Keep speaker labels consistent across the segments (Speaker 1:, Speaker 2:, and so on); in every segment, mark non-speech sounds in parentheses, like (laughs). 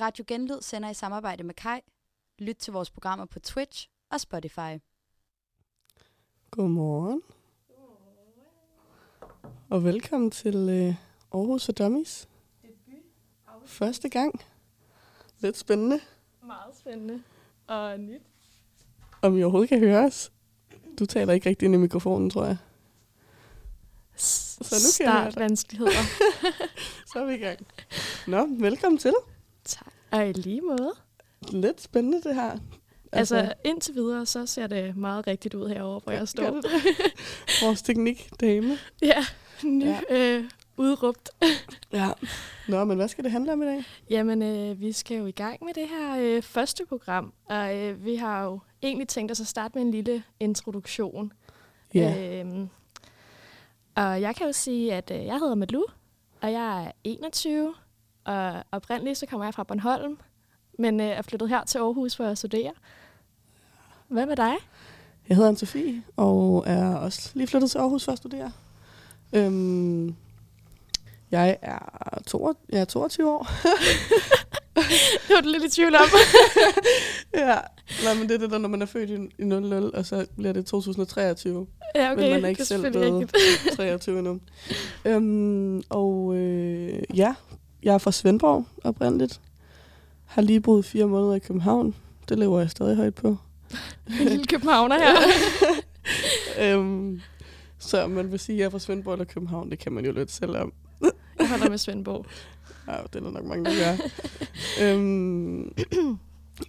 Speaker 1: Radio Genlyd sender i samarbejde med Kai. Lyt til vores programmer på Twitch og Spotify.
Speaker 2: Godmorgen. Og velkommen til øh, Aarhus og Dummies. Første gang. Lidt spændende,
Speaker 3: Meget spændende. Og nyt.
Speaker 2: om I overhovedet kan høre os. Du taler ikke rigtig ind i mikrofonen, tror jeg. nu kan jeg høre dig.
Speaker 3: Startvanskeligheder.
Speaker 2: Så er vi i gang. Nå, velkommen til.
Speaker 3: tak. Og i lige måde.
Speaker 2: Lidt spændende det her.
Speaker 3: Altså, altså, indtil videre, så ser det meget rigtigt ud herovre, hvor jeg
Speaker 2: gør
Speaker 3: står.
Speaker 2: det (laughs) vores teknik dame.
Speaker 3: Ja, ny
Speaker 2: Ja.
Speaker 3: ja. Øh, udråbt.
Speaker 2: Ja. Nå, men hvad skal det handle om i dag?
Speaker 3: Jamen, øh, vi skal jo i gang med det her øh, første program, og øh, vi har jo egentlig tænkt os at starte med en lille introduktion. Øhm, og jeg kan jo sige, at øh, jeg hedder Madlu, og jeg er 21, og oprindeligt så kommer jeg fra Bornholm, men øh, er flyttet her til Aarhus for at studere. Hvad med dig?
Speaker 2: Jeg hedder Anne-Sophie, og er også lige flyttet til Aarhus for at studere. Øhm, jeg, er to, jeg er 22 år.
Speaker 3: (laughs) Det var du lidt i tvivl om.
Speaker 2: ja, nej, men det er det der, når man er født i, i 00, og så bliver det 2023.
Speaker 3: (laughs) ja,
Speaker 2: men man er ikke
Speaker 3: det
Speaker 2: selv
Speaker 3: selvfølgelig
Speaker 2: blevet 23 endnu. Øhm, og øh, ja, jeg er fra Svendborg oprindeligt. Har lige boet fire måneder i København. Det lever jeg stadig højt på.
Speaker 3: (laughs) En lille københavner her.
Speaker 2: (laughs) øhm, så man vil sige, at jeg er fra Svendborg eller København, det kan man jo lidt selv om.
Speaker 3: Jeg holder med Svendborg.
Speaker 2: Ja, det er der nok mange, der gør. øhm,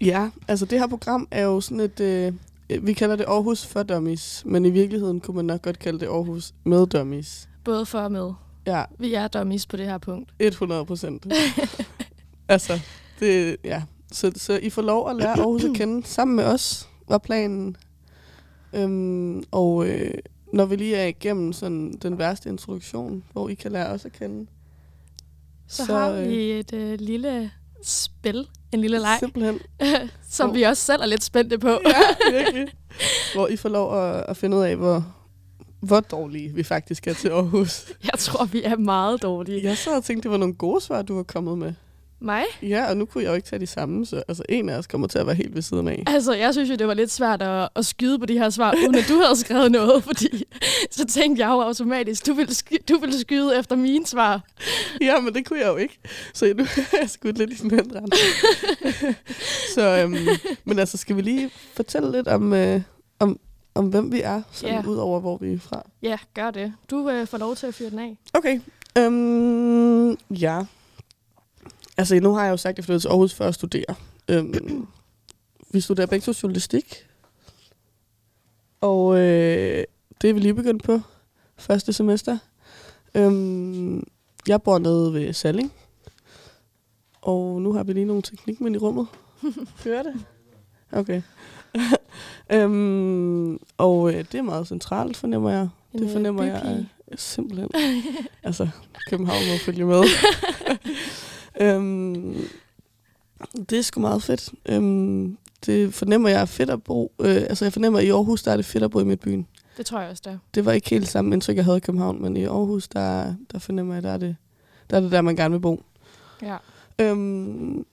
Speaker 2: ja, altså det her program er jo sådan et... Øh, vi kalder det Aarhus for dummies, men i virkeligheden kunne man nok godt kalde det Aarhus med dummies.
Speaker 3: Både for og med.
Speaker 2: Ja,
Speaker 3: Vi er dummies på det her punkt.
Speaker 2: 100 procent.
Speaker 3: (laughs)
Speaker 2: altså, det, ja. Så, så I får lov at lære Aarhus at kende sammen med os, var planen. Øhm, og øh, når vi lige er igennem sådan, den værste introduktion, hvor I kan lære os at kende.
Speaker 3: Så, så har
Speaker 2: øh,
Speaker 3: vi et øh, lille spil, en lille leg,
Speaker 2: Simpelthen.
Speaker 3: som vi også selv er lidt spændte på.
Speaker 2: Ja, (laughs) virkelig. Hvor I får lov at, at finde ud af, hvor, hvor dårlige vi faktisk er til Aarhus.
Speaker 3: (laughs) Jeg tror, vi er meget dårlige.
Speaker 2: Jeg sad og tænkte, det var nogle gode svar, du var kommet med.
Speaker 3: Mig?
Speaker 2: Ja, og nu kunne jeg jo ikke tage de samme, så altså, en af os kommer til at være helt ved siden
Speaker 3: (laughs)
Speaker 2: af.
Speaker 3: Altså, jeg synes jo, det var lidt svært at, at skyde på de her svar, uden at du havde skrevet noget, (laughs) fordi så tænkte jeg jo automatisk, du ville, sky- du ville skyde efter mine svar.
Speaker 2: Ja, men det kunne jeg jo ikke. Så nu (laughs) har jeg skudt lidt i sådan en rand. så, øhm, men altså, skal vi lige fortælle lidt om, øh, om, om hvem vi er, sådan
Speaker 3: Ja.
Speaker 2: ud over, hvor vi er fra?
Speaker 3: Ja, gør det. Du øh, får lov til at fyre den af.
Speaker 2: Okay. Øhm, ja. Altså, nu har jeg jo sagt, at jeg flyttede til Aarhus for at studere. Øhm, vi studerer begge to journalistik. Og øh, det er vi lige begyndt på første semester. Øhm, jeg bor nede ved Salling. Og nu har vi lige nogle teknikmænd i rummet. (laughs) Hører det? Okay. (laughs) øhm, og øh, det er meget centralt, fornemmer jeg.
Speaker 3: En,
Speaker 2: det
Speaker 3: øh,
Speaker 2: fornemmer jeg.
Speaker 3: bypige.
Speaker 2: øh, (laughs) Simpelthen. altså, København må følge (laughs) med. øhm, det er sgu meget fedt. Øhm, det fornemmer jeg er fedt at bo. Øh, altså, jeg fornemmer, at i Aarhus, der er det fedt at bo i midtbyen.
Speaker 3: Det tror jeg også, der.
Speaker 2: Det var ikke helt samme indtryk, jeg havde i København, men i Aarhus, der, der fornemmer jeg, der er, det, der er det der, man gerne vil bo.
Speaker 3: Ja.
Speaker 2: Øhm,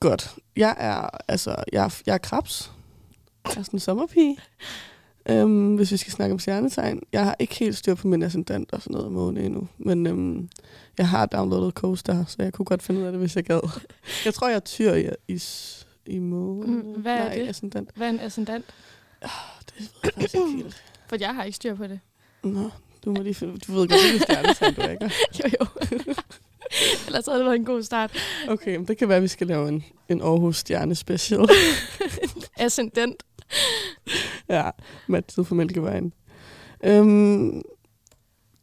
Speaker 2: godt. Jeg er, altså, jeg, er- jeg er krabs. Jeg er sådan en sommerpige. Øhm, hvis vi skal snakke om stjernetegn. Jeg har ikke helt styr på min ascendant og sådan noget måne endnu. Men øhm, jeg har downloadet Coaster, så jeg kunne godt finde ud af det, hvis jeg gad. Jeg tror, jeg er tyr i, i, s- i måne.
Speaker 3: Mm, hvad er
Speaker 2: Nej,
Speaker 3: det?
Speaker 2: ascendant.
Speaker 3: Hvad er en ascendant?
Speaker 2: Det er faktisk ikke helt.
Speaker 3: For jeg har ikke styr på det.
Speaker 2: Nå, du må lige finde, du ved godt, hvilket stjernetegn du er, ikke?
Speaker 3: (laughs) Jo, jo. Ellers havde det været en god
Speaker 2: (laughs)
Speaker 3: start.
Speaker 2: Okay, men det kan være, at vi skal lave en, en Aarhus Stjerne Special.
Speaker 3: Ascendant.
Speaker 2: Ja, Mathias fra Mælkevejen. Øhm,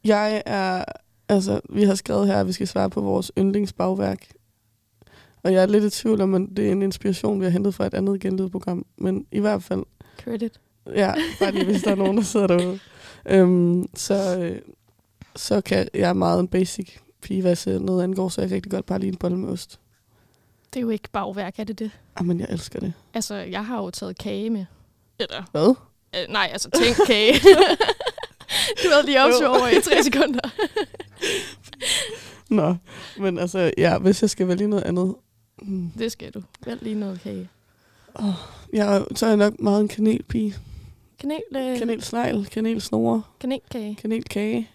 Speaker 2: jeg er, altså, vi har skrevet her, at vi skal svare på vores yndlingsbagværk. Og jeg er lidt i tvivl om, at det er en inspiration, vi har hentet fra et andet genlydprogram. Men i hvert fald,
Speaker 3: Credit.
Speaker 2: ja, bare lige hvis der er nogen, der sidder derude. Øhm, så, øh, så kan jeg er meget en basic pige, hvad så noget angår, så jeg kan rigtig godt bare lige en bolle med ost.
Speaker 3: Det er jo ikke bagværk, er det det?
Speaker 2: Jamen, jeg elsker det.
Speaker 3: Altså, jeg har jo taget kage med. Eller,
Speaker 2: Hvad?
Speaker 3: øh, nej, altså, tænk (laughs) kage. du havde lige
Speaker 2: Jo.
Speaker 3: opsøgt over i tre sekunder.
Speaker 2: Nå, men altså, ja, hvis jeg skal vælge noget andet, Mm.
Speaker 3: (laughs) Det skal du. Vælg lige noget kage.
Speaker 2: Jeg er, så er jeg nok meget en kanelpige.
Speaker 3: Kanel, øh, kanel.
Speaker 2: Kanelsnegl, kanelsnore,
Speaker 3: kanelkage.
Speaker 2: kanelkage,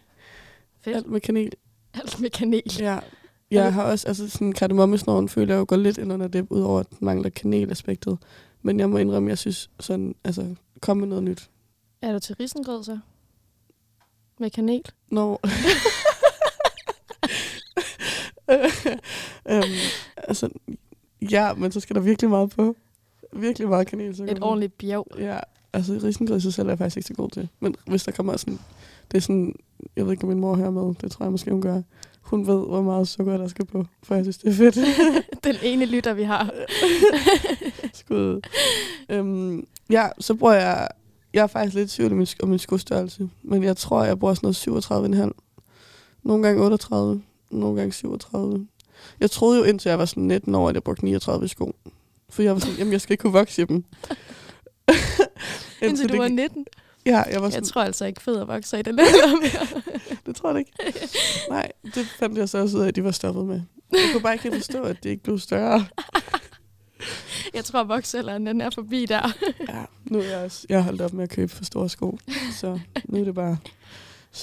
Speaker 3: Fedt.
Speaker 2: alt med kanel.
Speaker 3: Alt Altså, med kanel.
Speaker 2: Ja.
Speaker 3: Er det-
Speaker 2: Jeg har også, altså sådan kardemommesnoren føler jeg jo går lidt ind under det, udover at den mangler kanelaspektet. Men jeg må indrømme, jeg synes sådan, altså, kom med noget nyt.
Speaker 3: Er du til risengrød så? Med kanel? (laughs)
Speaker 2: Nå. (laughs) øhm, altså, ja, men så skal der virkelig meget på. Virkelig meget kanel. Så
Speaker 3: Et ordentligt bjerg.
Speaker 2: Ja, altså risengrød i sig selv er jeg faktisk ikke så god til. Men hvis der kommer sådan, det er sådan, jeg ved ikke, om min mor hører med, det tror jeg måske, hun gør. Hun ved, hvor meget sukker der skal på, for jeg synes, det er fedt.
Speaker 3: (laughs) Den ene lytter, vi har.
Speaker 2: Skud. Øhm, ja, så bruger jeg... Jeg er faktisk lidt i tvivl om min, om min skostørrelse, men jeg tror, jeg bruger sådan noget 37,5. Nogle gange 38, nogle gange 37. Jeg troede jo indtil jeg var sådan 19 år, at jeg brugte 39 sko. For jeg var sådan, jamen jeg skal ikke kunne vokse i dem.
Speaker 3: (laughs)
Speaker 2: (laughs)
Speaker 3: Indtil du
Speaker 2: det
Speaker 3: var
Speaker 2: gik-
Speaker 3: 19.
Speaker 2: Ja, jeg var sådan,
Speaker 3: Jeg tror altså ikke fed at vokse i den alder (laughs) mere.
Speaker 2: det tror jeg da ikke. Nej, det fandt jeg så også ud af, at de var stoppet med. Jeg kunne bare ikke helt forstå, at det ikke blev større.
Speaker 3: Jeg tror, voksalderen den er forbi der.
Speaker 2: (laughs) Ja, nu er jeg også, jeg har holdt op med at købe for store sko, så nu er det bare 37,5,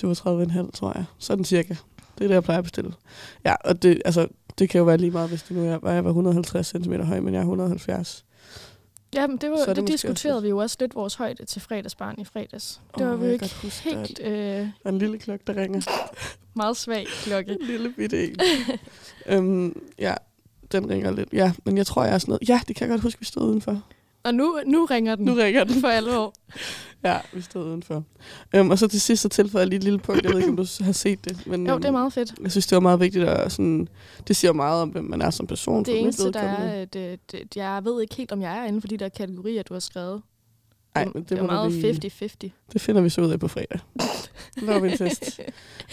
Speaker 2: tror jeg. Sådan cirka. Det er det, jeg plejer at bestille. Ja, og det, altså, det kan jo være lige meget, hvis det nu er, var jeg var 150 cm høj, men jeg er 170.
Speaker 3: Jamen, det, var,
Speaker 2: Så er det
Speaker 3: det, det
Speaker 2: måske
Speaker 3: diskuterede
Speaker 2: også-
Speaker 3: vi jo også lidt vores højde til fredagsbarn i fredags. Det
Speaker 2: Åh,
Speaker 3: var vi
Speaker 2: jeg
Speaker 3: jo
Speaker 2: kan
Speaker 3: ikke
Speaker 2: godt huske, der er
Speaker 3: helt øh,
Speaker 2: Der er en lille klokke, der ringer.
Speaker 3: meget svag klokke.
Speaker 2: En lille bitte
Speaker 3: (laughs)
Speaker 2: en. øhm, ja, den ringer lidt. Ja, men jeg tror, jeg er sådan noget. Ja, det kan jeg godt huske, vi stod udenfor.
Speaker 3: Og nu, nu ringer den.
Speaker 2: Nu ringer den.
Speaker 3: for alvor.
Speaker 2: Ja, vi stod udenfor. Øhm, og så til sidst, så tilføjer jeg lige et lille punkt. Jeg ved ikke, om du s- har set det. Men,
Speaker 3: Jo,
Speaker 2: øhm,
Speaker 3: det er meget fedt.
Speaker 2: Jeg synes, det var meget vigtigt, at sådan, det siger meget om, hvem man er som person. for
Speaker 3: Det
Speaker 2: mit
Speaker 3: eneste, der
Speaker 2: vedkommende.
Speaker 3: er, at øh, det, jeg ved ikke helt, om jeg er inden for de der kategorier, du har skrevet.
Speaker 2: Ej, men det,
Speaker 3: det er
Speaker 2: må du
Speaker 3: meget
Speaker 2: lige- (laughs)
Speaker 3: 50-50.
Speaker 2: Det finder vi så ud af på fredag. Nu laver vi en test.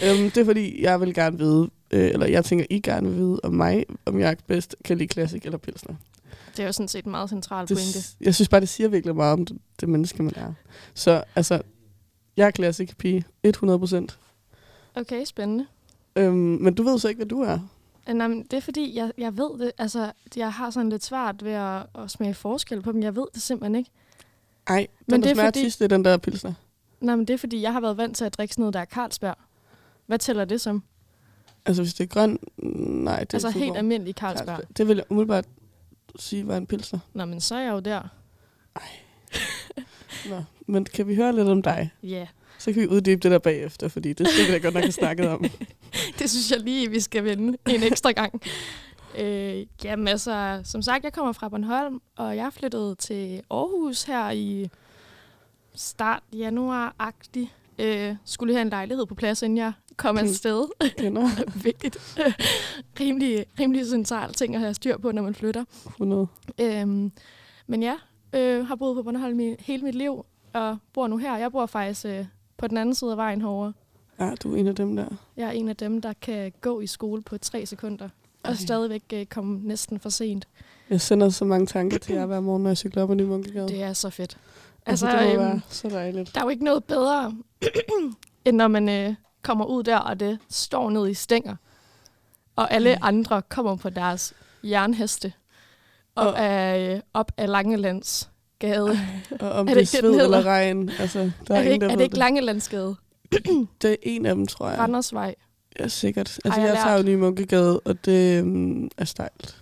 Speaker 2: øhm, det er fordi, jeg vil gerne vide, øh, eller jeg tænker, I gerne vil vide om mig, om jeg bedst kan lide klassik eller pilsner.
Speaker 3: (laughs) Det er jo sådan set en meget central
Speaker 2: Det,
Speaker 3: pointe.
Speaker 2: s- jeg synes bare, det siger virkelig meget om det, det menneske, man er. Så altså, jeg er klassik pige, 100 procent.
Speaker 3: Okay, spændende.
Speaker 2: Øhm, men du ved så ikke, hvad du er.
Speaker 3: Øh, Nej, men det er fordi, jeg, jeg ved det. Altså, jeg har sådan lidt svært ved at, at smage forskel på dem. Jeg ved det simpelthen ikke.
Speaker 2: Ej, den
Speaker 3: Men
Speaker 2: men der
Speaker 3: det
Speaker 2: det
Speaker 3: er
Speaker 2: smager
Speaker 3: fordi-
Speaker 2: fordi... tis, det er den der pilsner.
Speaker 3: Nej, men det er fordi, jeg har været vant til at drikke sådan noget, der er Carlsberg. Hvad tæller det som? Det
Speaker 2: Altså, hvis det er grøn, nej, det
Speaker 3: altså
Speaker 2: er
Speaker 3: helt
Speaker 2: Tuborg.
Speaker 3: almindelig Carlsberg. Carlsberg.
Speaker 2: Det vil jeg umiddelbart sige var en pilsner.
Speaker 3: Nå, men så er jeg jo der.
Speaker 2: Nå. Men kan vi høre lidt om dig?
Speaker 3: Ja, yeah.
Speaker 2: Så kan vi uddybe det der bagefter, fordi det skal vi da godt nok have snakket
Speaker 3: (laughs)
Speaker 2: om.
Speaker 3: det synes jeg lige, vi skal vende en ekstra gang. Øh, jamen altså, som sagt, jeg kommer fra Bornholm, og jeg flyttede til Aarhus her i start januar-agtig. Øh, skulle lige have en lejlighed på plads, inden jeg kom
Speaker 2: Mm.
Speaker 3: afsted. (laughs)
Speaker 2: Kender
Speaker 3: Vigtigt. rimelig, rimelig central ting at have styr på, når man flytter.
Speaker 2: 100.
Speaker 3: Øhm, men ja, øh, har boet på Bornholm i hele mit liv, og bor nu her. Jeg bor faktisk øh, på den anden side af vejen herovre.
Speaker 2: Ja, du er en af dem der.
Speaker 3: Jeg er en af dem, der kan gå i skole på tre sekunder, og
Speaker 2: Ej.
Speaker 3: stadigvæk øh, komme næsten for sent.
Speaker 2: Jeg sender så mange tanker til jer hver morgen, når jeg cykler op ad Ny Munkegade.
Speaker 3: Det er så fedt.
Speaker 2: altså,
Speaker 3: Altså,
Speaker 2: det må
Speaker 3: øhm,
Speaker 2: være så dejligt.
Speaker 3: Der er jo ikke noget
Speaker 2: (clears throat)
Speaker 3: bedre, end når man øh, kommer ud der, og det står ned i stænger. Og alle
Speaker 2: Ej.
Speaker 3: andre kommer på deres jernheste og
Speaker 2: Og-
Speaker 3: er øh, op ad Langelandsgade.
Speaker 2: Og om
Speaker 3: er det
Speaker 2: det, det er
Speaker 3: ikke det,
Speaker 2: sved
Speaker 3: den
Speaker 2: eller
Speaker 3: hedder?
Speaker 2: regn, altså, der er,
Speaker 3: er det
Speaker 2: ingen,
Speaker 3: ikke,
Speaker 2: der
Speaker 3: er det
Speaker 2: ved
Speaker 3: ikke Langelandsgade?
Speaker 2: det. det er en af dem, tror jeg.
Speaker 3: Randersvej.
Speaker 2: Ja, sikkert. Altså,
Speaker 3: Ej, jeg
Speaker 2: jeg,
Speaker 3: har
Speaker 2: tager jo Ny Munkegade, og det øhm, er stejlt.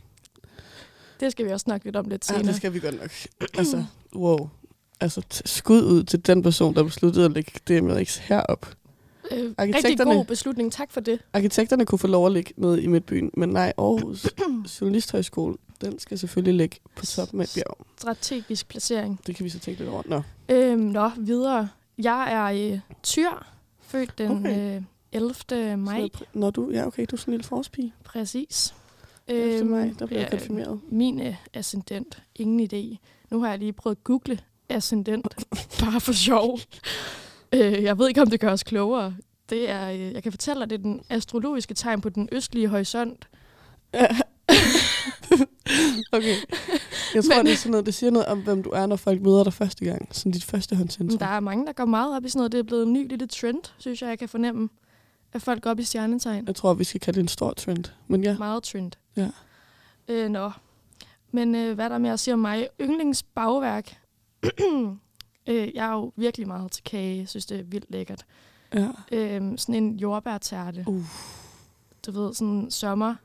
Speaker 3: Det skal vi også snakke lidt om lidt
Speaker 2: Ja,
Speaker 3: senere.
Speaker 2: det skal vi godt nok. Altså, wow. Altså, t- skud ud til den person, der besluttede at lægge DMX herop.
Speaker 3: øh, rigtig
Speaker 2: arkitekterne-
Speaker 3: god beslutning. Tak for det.
Speaker 2: Arkitekterne kunne få lov at ligge ned i midtbyen, men nej,
Speaker 3: (clears throat)
Speaker 2: Aarhus Journalisthøjskole, den skal selvfølgelig ligge på toppen af et bjerg.
Speaker 3: Strategisk placering.
Speaker 2: Det kan vi så tænke lidt over. Nå.
Speaker 3: Øhm, nå, videre. Jeg er øh, tyr, født den
Speaker 2: Okay.
Speaker 3: øh, 11. maj,
Speaker 2: Når du, ja, okay, du er sådan en lille forårspige.
Speaker 3: præcis.
Speaker 2: 11. maj, der blev
Speaker 3: Øhm, ja,
Speaker 2: jeg konfirmeret.
Speaker 3: Min øh, ascendent. Ingen idé. Nu har jeg lige prøvet at google
Speaker 2: (laughs)
Speaker 3: ascendent, bare for sjov. øh, jeg ved ikke, om det gør os klogere. Det er, øh, jeg kan fortælle dig, det er den astrologiske tegn på den østlige horisont.
Speaker 2: (laughs) okay. Jeg tror,
Speaker 3: Men-
Speaker 2: men... det er sådan noget, det siger noget om, hvem du er, når folk møder dig første gang. Sådan dit førstehåndsindtryk.
Speaker 3: Der er mange, der går meget op i sådan noget. Det er blevet en ny lille trend, synes jeg, jeg kan fornemme. At folk går op i stjernetegn.
Speaker 2: Jeg tror, vi skal kalde det en stor trend. Men ja,
Speaker 3: Meget trend.
Speaker 2: Ja.
Speaker 3: Øh, nå. Men øh, hvad er der med at sige om mig? Yndlingsbagværk. (clears throat) øh, jeg er jo virkelig meget til kage. Jeg synes, det er vildt lækkert.
Speaker 2: Ja.
Speaker 3: Øh, sådan en jordbærtærte.
Speaker 2: Uh.
Speaker 3: Du ved, sådan sommer.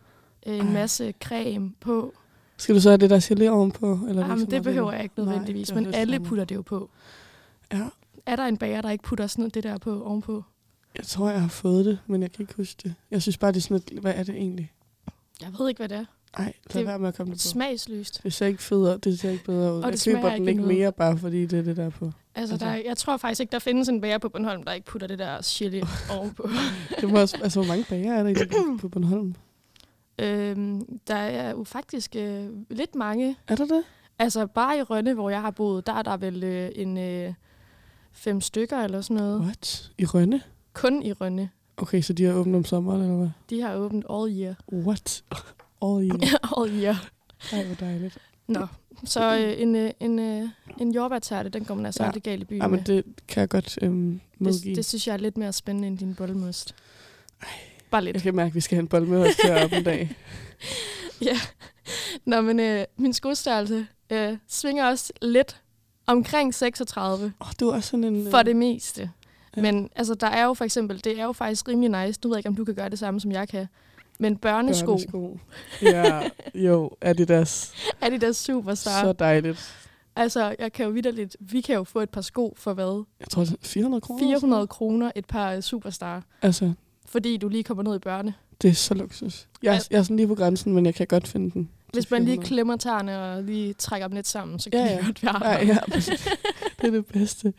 Speaker 3: Øh, en
Speaker 2: Ej.
Speaker 3: masse creme på.
Speaker 2: Skal du så have det der gelé ovenpå? Eller
Speaker 3: Jamen, det behøver jeg ikke
Speaker 2: Nej,
Speaker 3: nødvendigvis,
Speaker 2: det var
Speaker 3: Nej, men
Speaker 2: lidt
Speaker 3: alle
Speaker 2: stramme.
Speaker 3: putter det jo på.
Speaker 2: Ja.
Speaker 3: Er der en bager, der ikke putter sådan noget, det der på ovenpå?
Speaker 2: Jeg tror, jeg har fået det, men jeg kan ikke huske det. Jeg synes bare, det er sådan lidt, hvad er det egentlig?
Speaker 3: Jeg ved ikke, hvad det er.
Speaker 2: Nej, lad
Speaker 3: Det-
Speaker 2: være med at komme det på.
Speaker 3: Smagsløst.
Speaker 2: Det ser ikke federe, det ser ikke bedre ud.
Speaker 3: Og
Speaker 2: Jeg
Speaker 3: det smager
Speaker 2: køber den
Speaker 3: ikke
Speaker 2: ikke
Speaker 3: noget.
Speaker 2: mere, bare fordi det er det der er på.
Speaker 3: Altså,
Speaker 2: Altså-
Speaker 3: der, jeg tror faktisk ikke, der findes en bager på Bornholm, der ikke putter det
Speaker 2: (laughs)
Speaker 3: der chili ovenpå.
Speaker 2: Det må også, altså, hvor mange bager
Speaker 3: (coughs)
Speaker 2: er der i det på Bornholm?
Speaker 3: Øhm, der er jo faktisk øh, lidt mange.
Speaker 2: Er der det?
Speaker 3: Altså bare i Rønne, hvor jeg har boet, der er der vel øh, en øh, fem stykker eller sådan noget.
Speaker 2: What? I Rønne?
Speaker 3: Kun i Rønne.
Speaker 2: Okay, så de har åbent om sommeren, eller hvad?
Speaker 3: De har åbent all year.
Speaker 2: What? All year.
Speaker 3: (laughs) all year.
Speaker 2: Ej, hvor
Speaker 3: (laughs)
Speaker 2: dejligt.
Speaker 3: Nå, så øh, en, øh, en, øh, en jordbærtærte, den kommer man altså
Speaker 2: Ja.
Speaker 3: ja. aldrig galt i byen
Speaker 2: Ja, men
Speaker 3: med.
Speaker 2: det kan jeg godt øhm, medgive.
Speaker 3: det, det synes jeg er lidt mere spændende end din bollemost. Bare lidt.
Speaker 2: jeg kan mærke, at vi skal have en bold med os deroppe en dag.
Speaker 3: Nå, men øh, min skostørrelse øh, svinger også lidt omkring 36
Speaker 2: Åh, oh, du er også sådan en... øh,
Speaker 3: for det meste.
Speaker 2: Ja.
Speaker 3: Men altså, der er jo for eksempel, det er jo faktisk rimelig nice, nu ved jeg ikke, om du kan gøre det samme, som jeg kan, men børnesko, børnesko. (laughs)
Speaker 2: børnesko. Ja, jo, Adidas.
Speaker 3: er de der
Speaker 2: Så.
Speaker 3: superstar?
Speaker 2: så
Speaker 3: Så.
Speaker 2: dejligt.
Speaker 3: Altså, jeg kan jo vidderligt, vi kan jo få et par sko for hvad?
Speaker 2: Jeg tror, det er 400 kroner. eller sådan
Speaker 3: 400
Speaker 2: noget.
Speaker 3: kroner et par øh, superstar,
Speaker 2: Altså,
Speaker 3: fordi du lige kommer ned i børne.
Speaker 2: det er så luksus. Jeg, er-
Speaker 3: Al-
Speaker 2: jeg er sådan lige på grænsen, men jeg kan godt finde den.
Speaker 3: Hvis man lige
Speaker 2: 400.
Speaker 3: klemmer tæerne og lige trækker dem lidt sammen, så kan
Speaker 2: Ja,
Speaker 3: ja, ja.
Speaker 2: ja.
Speaker 3: det godt være.
Speaker 2: Nej, ja, det er det bedste.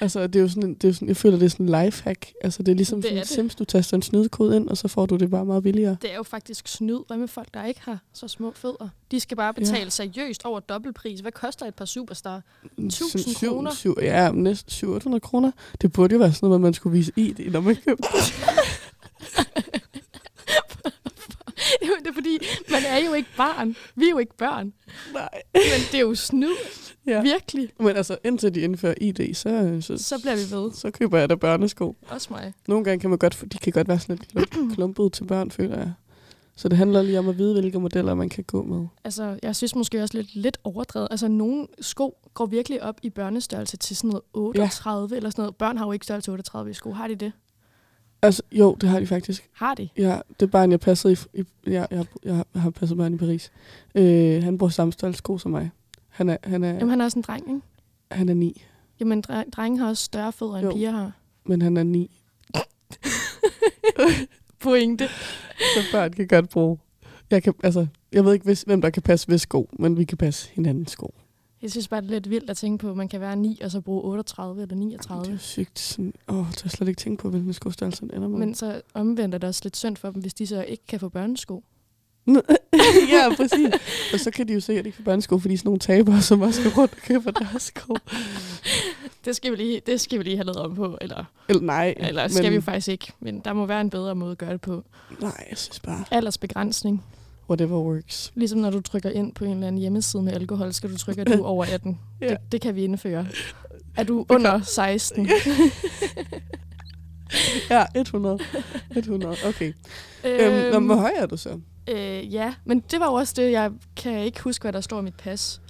Speaker 2: Altså, det er jo sådan, en, det er jo sådan jeg føler, det er sådan en lifehack. Altså, det er ligesom det
Speaker 3: Det
Speaker 2: sådan
Speaker 3: er
Speaker 2: en
Speaker 3: det.
Speaker 2: Sims, du taster en snydekode ind, og så får du det bare meget billigere.
Speaker 3: Det er jo faktisk snyd. Hvad med folk, der ikke har så små fødder? De skal bare betale ja. seriøst over dobbeltpris. Hvad koster et par superstar? 1000
Speaker 2: Syv- syv-
Speaker 3: kroner?
Speaker 2: syv- Ja, næsten 700 kroner. Det burde jo være sådan noget, man skulle vise i, når man købte.
Speaker 3: (laughs) Jo, det er fordi, (laughs) man er jo ikke barn. Vi er jo ikke børn.
Speaker 2: Nej.
Speaker 3: Men det er jo snyd.
Speaker 2: Ja.
Speaker 3: Ja. Virkelig.
Speaker 2: Men altså, indtil de indfører ID, så, så,
Speaker 3: Så bliver vi ved.
Speaker 2: så køber jeg da børnesko.
Speaker 3: Også mig.
Speaker 2: Nogle gange kan man godt, få- de kan godt være sådan lidt
Speaker 3: (clears throat)
Speaker 2: klump- klumpet til børn, føler jeg. Så det handler lige om at vide, hvilke modeller man kan gå med.
Speaker 3: Altså, jeg synes måske også lidt, lidt overdrevet. Altså, nogle sko går virkelig op i børnestørrelse til sådan noget 38 ja. eller sådan noget. Børn har jo ikke størrelse 38 i sko. Har de det?
Speaker 2: Altså, jo, det har de faktisk.
Speaker 3: Har de?
Speaker 2: Ja, det barn, jeg passede i... i ja, jeg, jeg, jeg har passet barn i Paris. Øh, han bruger samme størrelse sko som mig. Han er, han er,
Speaker 3: Jamen, han er også en dreng, ikke?
Speaker 2: han er ni,
Speaker 3: Jamen, dre- drenge har også større fødder, end
Speaker 2: Jo.
Speaker 3: jo. piger har.
Speaker 2: men han er ni.
Speaker 3: (laughs) Pointe.
Speaker 2: Så børn kan godt bruge... Jeg, kan, altså, jeg ved ikke, hvis, hvem der kan passe hvis sko, men vi kan passe hinandens sko.
Speaker 3: Jeg synes bare, det er lidt vildt at tænke på, at man kan være 9 og så bruge 38 eller
Speaker 2: Det er jo
Speaker 3: 39.
Speaker 2: sygt. Sådan, åh, det har jeg slet ikke tænkt på, hvilken skostørrelse han ender med.
Speaker 3: Men så omvendt er det også lidt synd for dem, hvis de så ikke kan få børnesko.
Speaker 2: (laughs) ja, præcis. Og så kan de jo sikkert ikke få børnesko, fordi sådan nogle tabere, som også går rundt og køber deres sko.
Speaker 3: Det skal vi lige, det skal vi lige have lavet om på, eller,
Speaker 2: Eller nej.
Speaker 3: eller skal vi jo faktisk ikke. Men der må være en bedre måde at gøre det på.
Speaker 2: Nej, jeg synes bare,
Speaker 3: Aldersbegrænsning.
Speaker 2: whatever works.
Speaker 3: Ligesom når du trykker ind på en eller anden hjemmeside med alkohol, skal du trykke, at du er (laughs) over 18.
Speaker 2: Ja.
Speaker 3: ja. det, det kan vi indføre. Er du under 16?
Speaker 2: Ja, 100. 100, okay. Øhm,
Speaker 3: (laughs) øhm,
Speaker 2: øhm, hvor høj er du så?
Speaker 3: Øh, ja, men det var jo også det, jeg kan ikke huske, hvad der står i mit pas.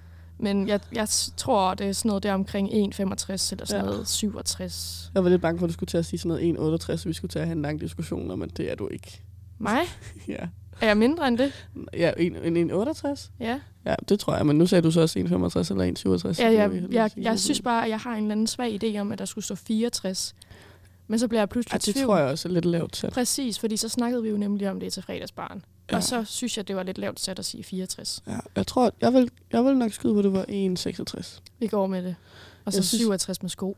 Speaker 3: Men jeg, jeg s- tror, det er sådan noget der omkring 1,65 eller sådan
Speaker 2: Ja.
Speaker 3: ja. noget, 67.
Speaker 2: Jeg var lidt bange for, at du skulle til at sige sådan noget 1,68, så vi skulle til at have en lang diskussion om, men det er du ikke. (laughs)
Speaker 3: Mig?
Speaker 2: Ja,
Speaker 3: Er jeg mindre end det?
Speaker 2: ja en, en, en 68?
Speaker 3: Ja.
Speaker 2: Ja, det tror jeg, men nu sagde du så også 1,65 eller 1,67. så
Speaker 3: ja
Speaker 2: det er jo
Speaker 3: jeg,
Speaker 2: helt
Speaker 3: jeg,
Speaker 2: sikkert.
Speaker 3: jeg synes bare, at jeg har en eller anden svag idé om, at der skulle stå 64. Men så bliver jeg pludselig
Speaker 2: Ja,
Speaker 3: i
Speaker 2: det
Speaker 3: tvivl.
Speaker 2: tror jeg også er lidt lavt sat.
Speaker 3: Præcis, fordi så snakkede vi jo nemlig om det til fredagsbarn. Ja.
Speaker 2: Ja.
Speaker 3: Og så synes jeg, det var lidt lavt sat at sige 64.
Speaker 2: Ja, jeg tror, jeg vil, jeg vil nok skyde på, at det var 1,66.
Speaker 3: Vi går med det. Og så
Speaker 2: Jeg synes-
Speaker 3: 67 med sko.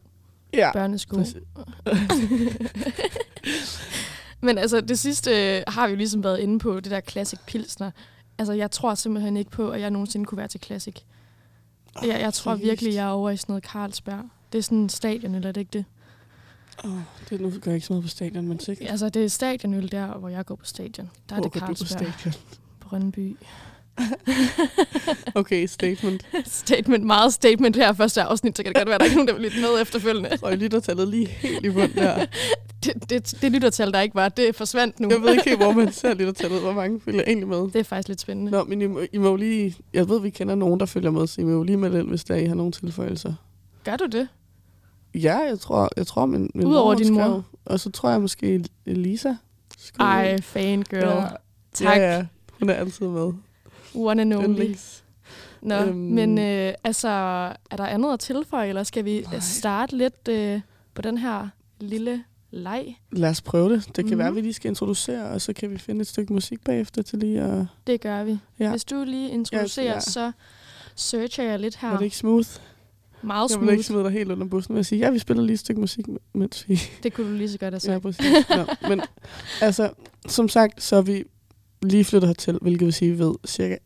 Speaker 2: Ja,
Speaker 3: Børnesko.
Speaker 2: præcis.
Speaker 3: (laughs) Men altså, det sidste øh, har vi jo ligesom været inde på, det der classic pilsner. Altså, jeg tror simpelthen ikke på, at jeg nogensinde kunne være til classic.
Speaker 2: Åh,
Speaker 3: Jeg, jeg tror
Speaker 2: seriøst?
Speaker 3: virkelig, jeg er over i sådan noget Carlsberg. Det er sådan en stadion, eller er det ikke det?
Speaker 2: Oh, det nu gør jeg ikke så meget på stadion, men sikkert.
Speaker 3: Altså, det er stadionøl der, hvor jeg går på stadion. Der er
Speaker 2: Hvor
Speaker 3: det (laughs)
Speaker 2: går du på
Speaker 3: Carlsberg
Speaker 2: stadion?
Speaker 3: på Rønneby.
Speaker 2: Okay, statement.
Speaker 3: (laughs) Statement, meget statement her første afsnit, så kan det godt være, at der ikke er nogen, der vil lytte
Speaker 2: (laughs)
Speaker 3: med efterfølgende.
Speaker 2: Røg lyttertallet lige helt i bunden der.
Speaker 3: Det, det, det lyttertal, der ikke var, det forsvandt nu.
Speaker 2: Jeg ved ikke helt, hvor man ser lyttertallet. Hvor mange følger egentlig med?
Speaker 3: (laughs) Det er faktisk lidt spændende.
Speaker 2: Nå, men I må, I må jo lige... Jeg ved, vi kender nogen, der følger med, så I må jo lige melde ind, hvis der I har nogle tilføjelser.
Speaker 3: Gør du det?
Speaker 2: Ja, jeg tror, jeg tror min, min
Speaker 3: Udover
Speaker 2: mor,
Speaker 3: din
Speaker 2: skrev,
Speaker 3: mor?
Speaker 2: Og så tror jeg måske Elisa. skrev.
Speaker 3: Ej, fangirl.
Speaker 2: Ja.
Speaker 3: Ja. Tak.
Speaker 2: Ja, ja. Hun er altid med.
Speaker 3: One and only.
Speaker 2: Yndlings.
Speaker 3: Nå,
Speaker 2: Øhm.
Speaker 3: øhm. men øh, altså, er der andet at tilføje, eller skal vi
Speaker 2: Nej.
Speaker 3: Nej. starte lidt øh, på den her lille leg?
Speaker 2: Lad os prøve det. Det kan mm-hmm.
Speaker 3: Mhm.
Speaker 2: være, at vi lige skal introducere, og så kan vi finde et stykke musik bagefter til lige at...
Speaker 3: Det gør vi.
Speaker 2: Ja.
Speaker 3: Ja. Hvis du lige introducerer,
Speaker 2: ja.
Speaker 3: ja. så searcher jeg lidt
Speaker 2: Ja.
Speaker 3: her.
Speaker 2: Var det ikke smooth?
Speaker 3: Meget
Speaker 2: Jeg vil ikke
Speaker 3: smooth.
Speaker 2: smide dig helt under bussen ved at sige, ja, vi spiller lige et stykke musik, mens vi...
Speaker 3: Det kunne du lige så godt have
Speaker 2: Ja,
Speaker 3: sagt.
Speaker 2: præcis. Nå, men altså, som sagt, så er vi lige flyttet hertil, hvilket vil sige, at vi ved cirka...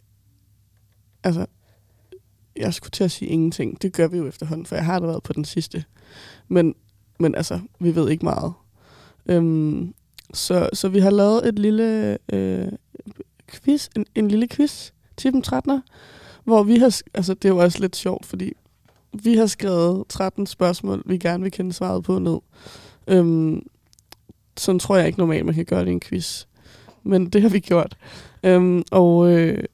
Speaker 2: Altså, jeg skulle til at sige ingenting. Det gør vi jo efterhånden, for jeg har da været på den sidste. Men, men altså, vi ved ikke meget. Øhm, så, så vi har lavet et lille øh, quiz, en, en lille quiz til dem 13'er, hvor vi har... sk- Altså, det er jo også lidt sjovt, fordi vi har skrevet 13 spørgsmål, vi gerne vil kende svaret på ned. Øhm, sådan tror jeg ikke normalt, man kan gøre det i en quiz. Men det har vi gjort. Øhm, og øh,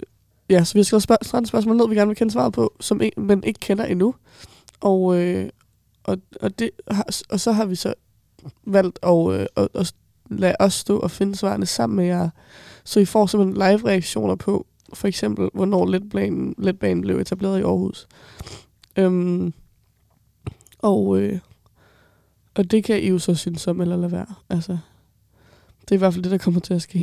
Speaker 2: ja, så vi har skrevet spørg- 13 spørgsmål ned, vi gerne vil kende svaret på, som ikke, man ikke kender endnu. Og, øh, og, og, det har, og så har vi så valgt at, øh, at, at lade os stå og finde svarene sammen med jer. Så I får simpelthen live-reaktioner på, for eksempel, hvornår letbanen, letbanen blev etableret i Aarhus. Øhm, og, øh, og det kan I jo så synes om eller lade være. Altså, det er i hvert fald det, der kommer til at ske.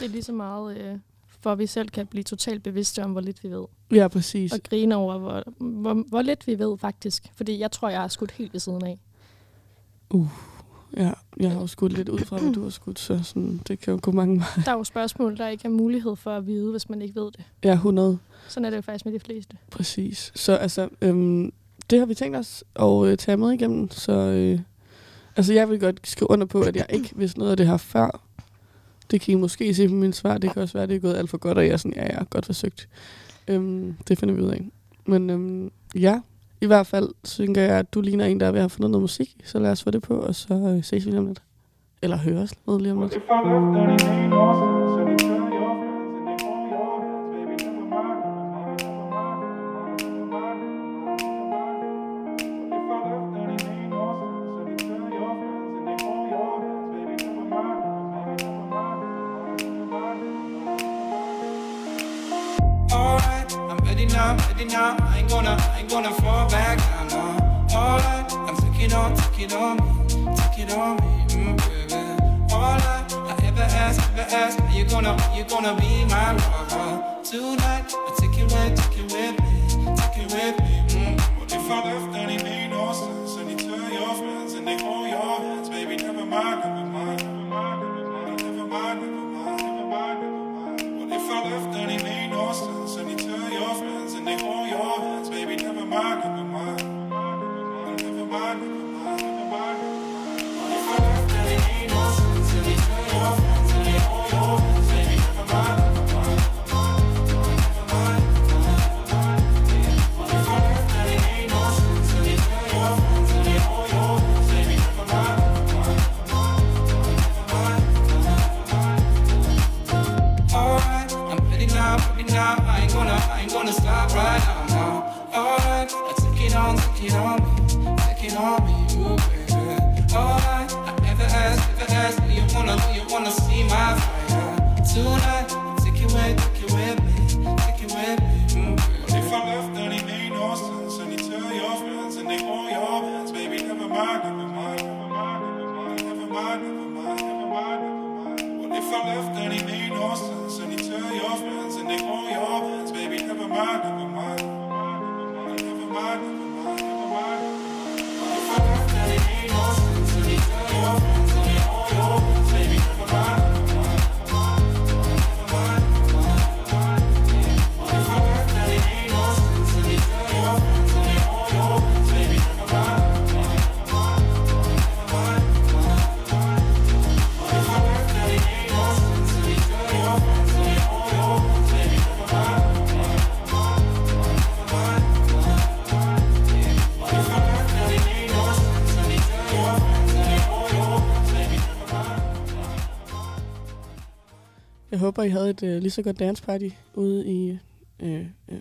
Speaker 3: Det er lige så meget, øh, for at vi selv kan blive totalt bevidste om, hvor lidt vi ved.
Speaker 2: Ja, præcis.
Speaker 3: Og grine over, hvor, hvor, hvor lidt vi ved faktisk. Fordi jeg tror, jeg er skudt helt ved siden af.
Speaker 2: Ja, jeg har jo skudt lidt ud fra, hvad du har skudt, så sådan, det kan jo gå mange veje.
Speaker 3: Der er jo spørgsmål, der ikke er mulighed for at vide, hvis man ikke ved det.
Speaker 2: Ja, 100.
Speaker 3: Sådan er det jo faktisk med de fleste.
Speaker 2: Præcis. Så altså, øhm, det har vi tænkt os at øh, tage med igennem. Så øh, altså, jeg vil godt skrive under på, at jeg ikke vidste noget af det her før. Det kan I måske se på mine svar. Det kan også være, det er gået alt for godt, og jeg er sådan, ja, ja, godt forsøgt. Øhm, det finder vi ud af. Men øhm, ja, i hvert fald tænker jeg, at du ligner en, der er ved at have fundet noget musik. Så lad os få det på, og så øh, ses vi lige om lidt. Eller høres noget lige om lidt.
Speaker 4: What you from up 30 ain't awesome. So they tell your friends and they want your friends. Baby, never mind. Never mind. Never mind. What you from up 30 ain't awesome. So they tell your friends and they want your friends. Baby, never mind. Never mind. Never mind.
Speaker 5: Alright, I'm ready now, ready now. I ain't gonna, I ain't gonna fall back. I know. Alright, I'm taking on, taking on me, taking on me, mm, baby. All I, I ever ask, ever ask, are you gonna, are you gonna be my lover tonight? I take you away, take you with me, take you with me. Mm.
Speaker 4: What if I left then it made no sense? And you tell your friends and they hold your hands, baby, never mind, never mind, never mind, never mind, never mind, never mind, never mind, never mind. What if I left then it made no sense? And you tell your friends and they hold your hands, baby, never mind, never mind, never mind, never mind, never mind. What if I left then it made no sense? And you tell your friends and they hold your hands, baby, never mind, never mind, never mind, never mind. What if I left then it made no sense? And you tell your friends and they hold your hands, baby, never mind, never mind, never mind.
Speaker 5: Alright, I'm ready now, ready now. I ain't gonna, I ain't gonna stop right now. now. Alright, I take it on, take it on me, take it on me, ooh baby. Alright, I never ask, never ask. Do you wanna, do you wanna see my fire tonight? Take it with, take it with me, take it with me, ooh
Speaker 4: What
Speaker 5: baby.
Speaker 4: if I left then it made no sense? And you tell your friends and they hold your hands, baby, never mind, never mind, never mind, never mind, never mind, never mind, never mind, never mind. What if I left then it made no sense? And you tell your friends and they hold your hands, baby, never mind, never mind, never mind, never mind, never mind, never mind. What if I left then it made no sense? And you tell your friends and they hold your hands, baby, never mind, never mind, never mind, never mind. What if I left then it made no sense? And you tell your friends and they hold your hands, baby, never mind, never mind, never mind, never mind. What if I left then it made no sense? And you tell your friends and they hold your hands, baby, never mind.
Speaker 2: håber, I havde et øh, lige så godt danceparty ude i øh, øh,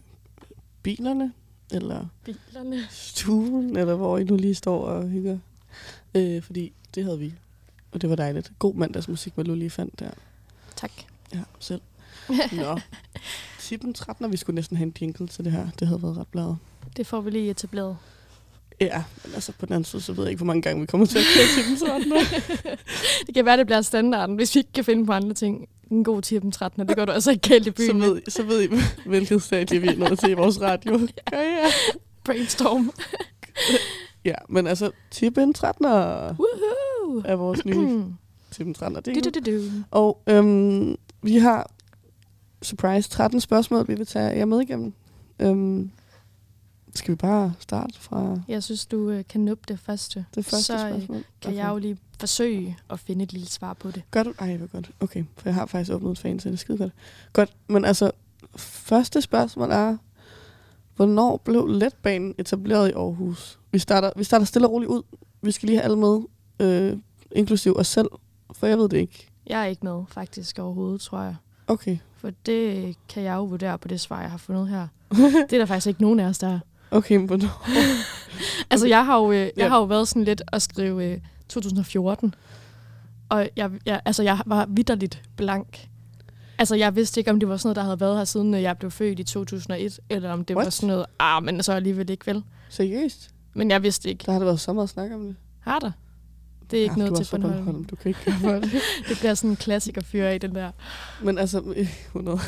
Speaker 2: bilerne, eller
Speaker 3: Bilerne.
Speaker 2: stuen, eller hvor I nu lige står og hygger. Øh, fordi det havde vi, og det var dejligt. God mandagsmusik, hvad du lige fandt der.
Speaker 3: Tak.
Speaker 2: Ja, selv. (laughs) Nå. Tippen trappen, og vi skulle næsten have en jingle til det her. Det havde været ret bladet.
Speaker 3: Det får vi lige etableret.
Speaker 2: Ja, men altså på den anden side, (laughs) så ved jeg ikke, hvor mange gange vi kommer til at køre (laughs) tippen trappen.
Speaker 3: Det kan være, det bliver standarden, hvis vi ikke kan finde på andre ting. En god tip om 13, det går du altså ikke galt i byen.
Speaker 2: så, ved, så ved I, (laughs) hvilket stadie vi er nået til i vores
Speaker 3: (laughs)
Speaker 2: radio. Ja, ja.
Speaker 3: Brainstorm.
Speaker 2: ja men altså, tippen trappen er
Speaker 3: (clears throat) Woohoo!
Speaker 2: er vores (clears throat) nye tippen trappen.
Speaker 3: Du, du,
Speaker 2: Det
Speaker 3: du, du.
Speaker 2: Og øhm, vi har, surprise, 13 spørgsmål, vi vil tage jer med igennem. Øhm, skal vi bare starte fra
Speaker 3: Jeg synes, du øh, kan nuppe det første.
Speaker 2: det første
Speaker 3: Så øh,
Speaker 2: spørgsmål?
Speaker 3: kan jeg jo lige forsøge at finde et lille svar på det.
Speaker 2: Gør du? Ej, hvor godt. Okay, for jeg har faktisk åbnet en fan, så det er skide godt. Godt, men altså, første spørgsmål er, hvornår blev letbanen etableret i Aarhus? Vi starter, vi starter stille og roligt ud. Vi skal lige have alle med, øh, inklusiv os selv, for jeg ved det ikke.
Speaker 3: Jeg er ikke med faktisk overhovedet, tror jeg.
Speaker 2: Okay, (laughs)
Speaker 3: For det øh, kan jeg jo vurdere på det svar, jeg har fundet her. Det er der faktisk ikke nogen af os, der er.
Speaker 2: okay, men hvornår?
Speaker 3: Altså, jeg har jo, øh, jeg
Speaker 2: Ja.
Speaker 3: har jo været sådan lidt at skrive øh, 2014. Og jeg, jeg, altså, jeg var vidderligt blank. Altså, jeg vidste ikke, om det var sådan noget, der havde været her siden øh, jeg blev født i 2001, eller om det var
Speaker 2: What?
Speaker 3: sådan noget, ah, men så alligevel ikke vel.
Speaker 2: Seriøst?
Speaker 3: Men jeg vidste ikke.
Speaker 2: Der har det været så meget snak om det.
Speaker 3: Har der? Det er ikke
Speaker 2: Ja,
Speaker 3: noget
Speaker 2: Ah, du
Speaker 3: til
Speaker 2: så
Speaker 3: Bornholm.
Speaker 2: Du kan ikke gøre for
Speaker 3: (laughs)
Speaker 2: det.
Speaker 3: Det bliver sådan en klassiker fyre i den der.
Speaker 2: Men altså, (laughs)
Speaker 3: (laughs)
Speaker 2: 100.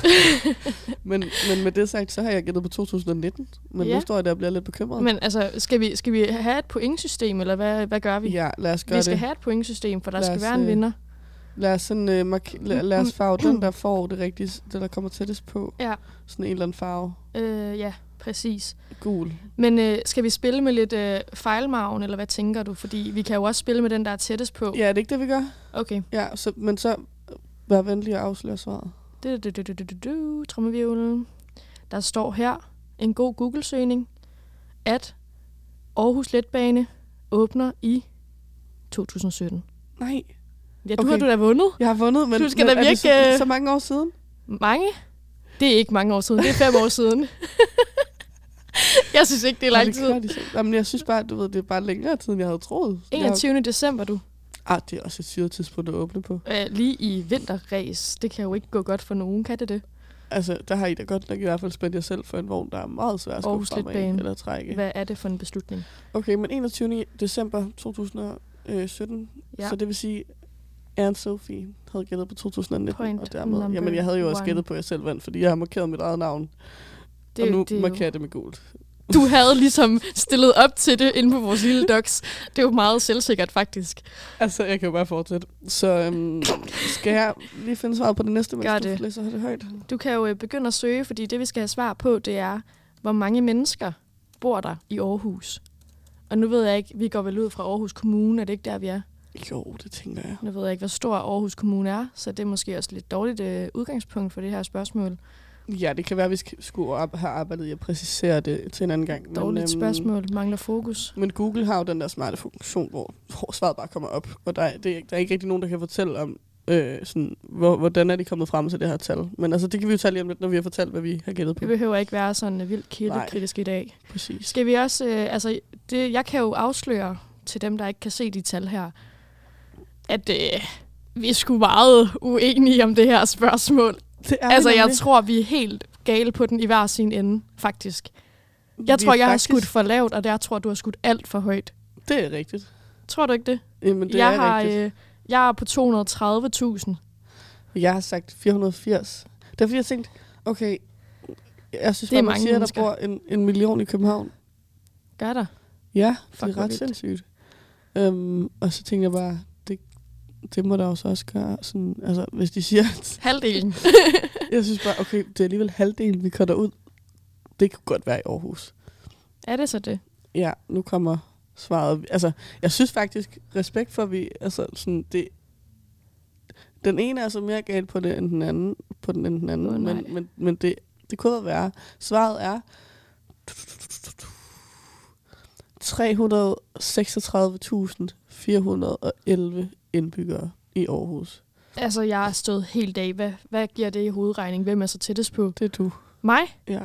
Speaker 2: men, men med det sagt, så har jeg gættet på 2019. Men
Speaker 3: Ja.
Speaker 2: nu står jeg der og bliver lidt bekymret.
Speaker 3: Men altså, skal vi, skal vi have et pointsystem, eller hvad, hvad gør vi?
Speaker 2: ja, lad os gøre
Speaker 3: vi skal
Speaker 2: det.
Speaker 3: have et pointsystem, for der
Speaker 2: Lad
Speaker 3: skal
Speaker 2: os,
Speaker 3: være en
Speaker 2: øh,
Speaker 3: vinder.
Speaker 2: Lad os, sådan, øh, mark- la-
Speaker 3: Mm,
Speaker 2: lad os farve den, der får det rigtige, det der kommer tættest på.
Speaker 3: Ja.
Speaker 2: Sådan en eller anden farve.
Speaker 3: Øh, ja, præcis.
Speaker 2: Gul.
Speaker 3: Men øh, skal vi spille med lidt øh, fejlmagen, eller hvad tænker du? Fordi vi kan jo også spille med den, der er tættest på.
Speaker 2: Ja, er det ikke det, vi gør?
Speaker 3: Okay.
Speaker 2: Ja, så, men så øh, vær venlig at afsløre svaret.
Speaker 3: Du, du, du, du, du, du, du, trommevivlen. Der står her en god Google-søgning, at Aarhus Letbane åbner i 2017.
Speaker 2: Nej,
Speaker 3: Ja, du
Speaker 2: Okay.
Speaker 3: har du da vundet.
Speaker 2: jeg har vundet, men,
Speaker 3: Du skal
Speaker 2: men
Speaker 3: da
Speaker 2: er det
Speaker 3: virke,
Speaker 2: så,
Speaker 3: øh,
Speaker 2: så mange år siden?
Speaker 3: Mange? Det er ikke mange år siden. Det er fem år
Speaker 2: (laughs)
Speaker 3: siden. jeg synes ikke, det er
Speaker 2: Nå,
Speaker 3: lang
Speaker 2: det
Speaker 3: tid.
Speaker 2: gør de så. Jamen, jeg synes bare, du ved, det er bare længere tid, end jeg havde troet. Jeg,
Speaker 3: 21. december, du.
Speaker 2: ah, det er også et syret tidspunkt at åbne på.
Speaker 3: Øh, lige i vinterræs. Det kan jo ikke gå godt for nogen, kan det det?
Speaker 2: Altså, der har I da godt nok i hvert fald spændt jer selv for en vogn, der er meget svær at skubbe
Speaker 3: Aarhus
Speaker 2: fremad i,
Speaker 3: Letbane.
Speaker 2: eller trække.
Speaker 3: Hvad er det for en beslutning?
Speaker 2: Okay, men 21. december 2017,
Speaker 3: Ja.
Speaker 2: ja. så det vil sige, Anne Sophie havde gættet på 2019,
Speaker 3: Point
Speaker 2: og dermed,
Speaker 3: number
Speaker 2: jamen jeg havde jo også
Speaker 3: one.
Speaker 2: gættet på, at jeg selv vandt, fordi jeg har markeret mit eget navn,
Speaker 3: Det,
Speaker 2: og
Speaker 3: er
Speaker 2: nu
Speaker 3: jo- det er jo-
Speaker 2: markerer jeg det med gult.
Speaker 3: Du havde ligesom stillet op til det inde på vores lille docs. Det er jo meget selvsikkert, faktisk.
Speaker 2: Altså, jeg kan jo bare fortsætte. Så øhm, skal jeg lige finde svaret på det næste, mens
Speaker 3: Gør
Speaker 2: du
Speaker 3: det.
Speaker 2: læser det højt?
Speaker 3: Du kan jo øh, begynde at søge, fordi det, vi skal have svar på, det er, hvor mange mennesker bor der i Aarhus? Og nu ved jeg ikke, vi går vel ud fra Aarhus Kommune, er det ikke der, vi er?
Speaker 2: Jo, det tænker jeg.
Speaker 3: Nu ved jeg ikke, hvor stor Aarhus Kommune er, så det er måske også lidt dårligt øh, udgangspunkt for det her spørgsmål.
Speaker 2: Ja, det kan være, at vi sk- skulle op- have arbejdet i at præcisere det til en anden gang. men,
Speaker 3: Dårligt
Speaker 2: øhm,
Speaker 3: spørgsmål, mangler fokus.
Speaker 2: Men Google har jo den der smarte funktion, hvor, hvor svaret bare kommer op, og der, er- det, er ikke- der er ikke rigtig nogen, der kan fortælle om, øh, sådan, hvor, hvordan er de kommet frem til det her tal. Men altså, det kan vi jo tage lige om lidt, når vi har fortalt, hvad vi har gættet på.
Speaker 3: Vi behøver ikke være sådan øh, vildt
Speaker 2: Nej.
Speaker 3: kildekritiske i dag.
Speaker 2: Præcis.
Speaker 3: Skal vi også, øh, altså, det, jeg kan jo afsløre til dem, der ikke kan se de tal her, at øh, vi er sgu meget uenige om det her spørgsmål.
Speaker 2: Det er vi
Speaker 3: altså, jeg
Speaker 2: nemlig.
Speaker 3: tror, vi er helt gale på den i hver sin ende, faktisk. Jeg
Speaker 2: Vi
Speaker 3: tror,
Speaker 2: er
Speaker 3: jeg
Speaker 2: faktisk-
Speaker 3: har skudt for lavt, og der tror, du har skudt alt for højt.
Speaker 2: Det er rigtigt.
Speaker 3: Tror du ikke det?
Speaker 2: Jamen, det
Speaker 3: jeg,
Speaker 2: er
Speaker 3: har,
Speaker 2: rigtigt.
Speaker 3: øh, jeg er på 230.000. øh-
Speaker 2: Jeg har sagt 480. Det er fordi, jeg tænkte, okay, jeg synes,
Speaker 3: Det
Speaker 2: bare,
Speaker 3: er
Speaker 2: man
Speaker 3: mange
Speaker 2: siger,
Speaker 3: mennesker.
Speaker 2: der bor en, en million i København.
Speaker 3: Gør der?
Speaker 2: Ja,
Speaker 3: Fuck,
Speaker 2: det
Speaker 3: hvor
Speaker 2: er ret
Speaker 3: vildt.
Speaker 2: sindssygt. Øhm, og så tænkte jeg bare, det, det må der jo så også gøre. Sådan, altså, hvis de siger, at (laughs)
Speaker 3: Halvdelen.
Speaker 2: Jeg synes bare, okay, det er alligevel halvdelen, vi cutter ud. Det kunne godt være i Aarhus.
Speaker 3: er det så det?
Speaker 2: Ja, nu kommer svaret. Altså, jeg synes faktisk, respekt for, at vi, altså, sådan, det, den ene er så mere galt på det, end den anden, på den, end den anden,
Speaker 3: Åh, nej.
Speaker 2: men, men, men det, det kunne være. Svaret er 336.411 indbyggere i Aarhus.
Speaker 3: Altså, jeg har stået helt dag. Hvad, hvad giver det i hovedregning? Hvem er så tættest på?
Speaker 2: Det er du.
Speaker 3: Mig?
Speaker 2: Ja.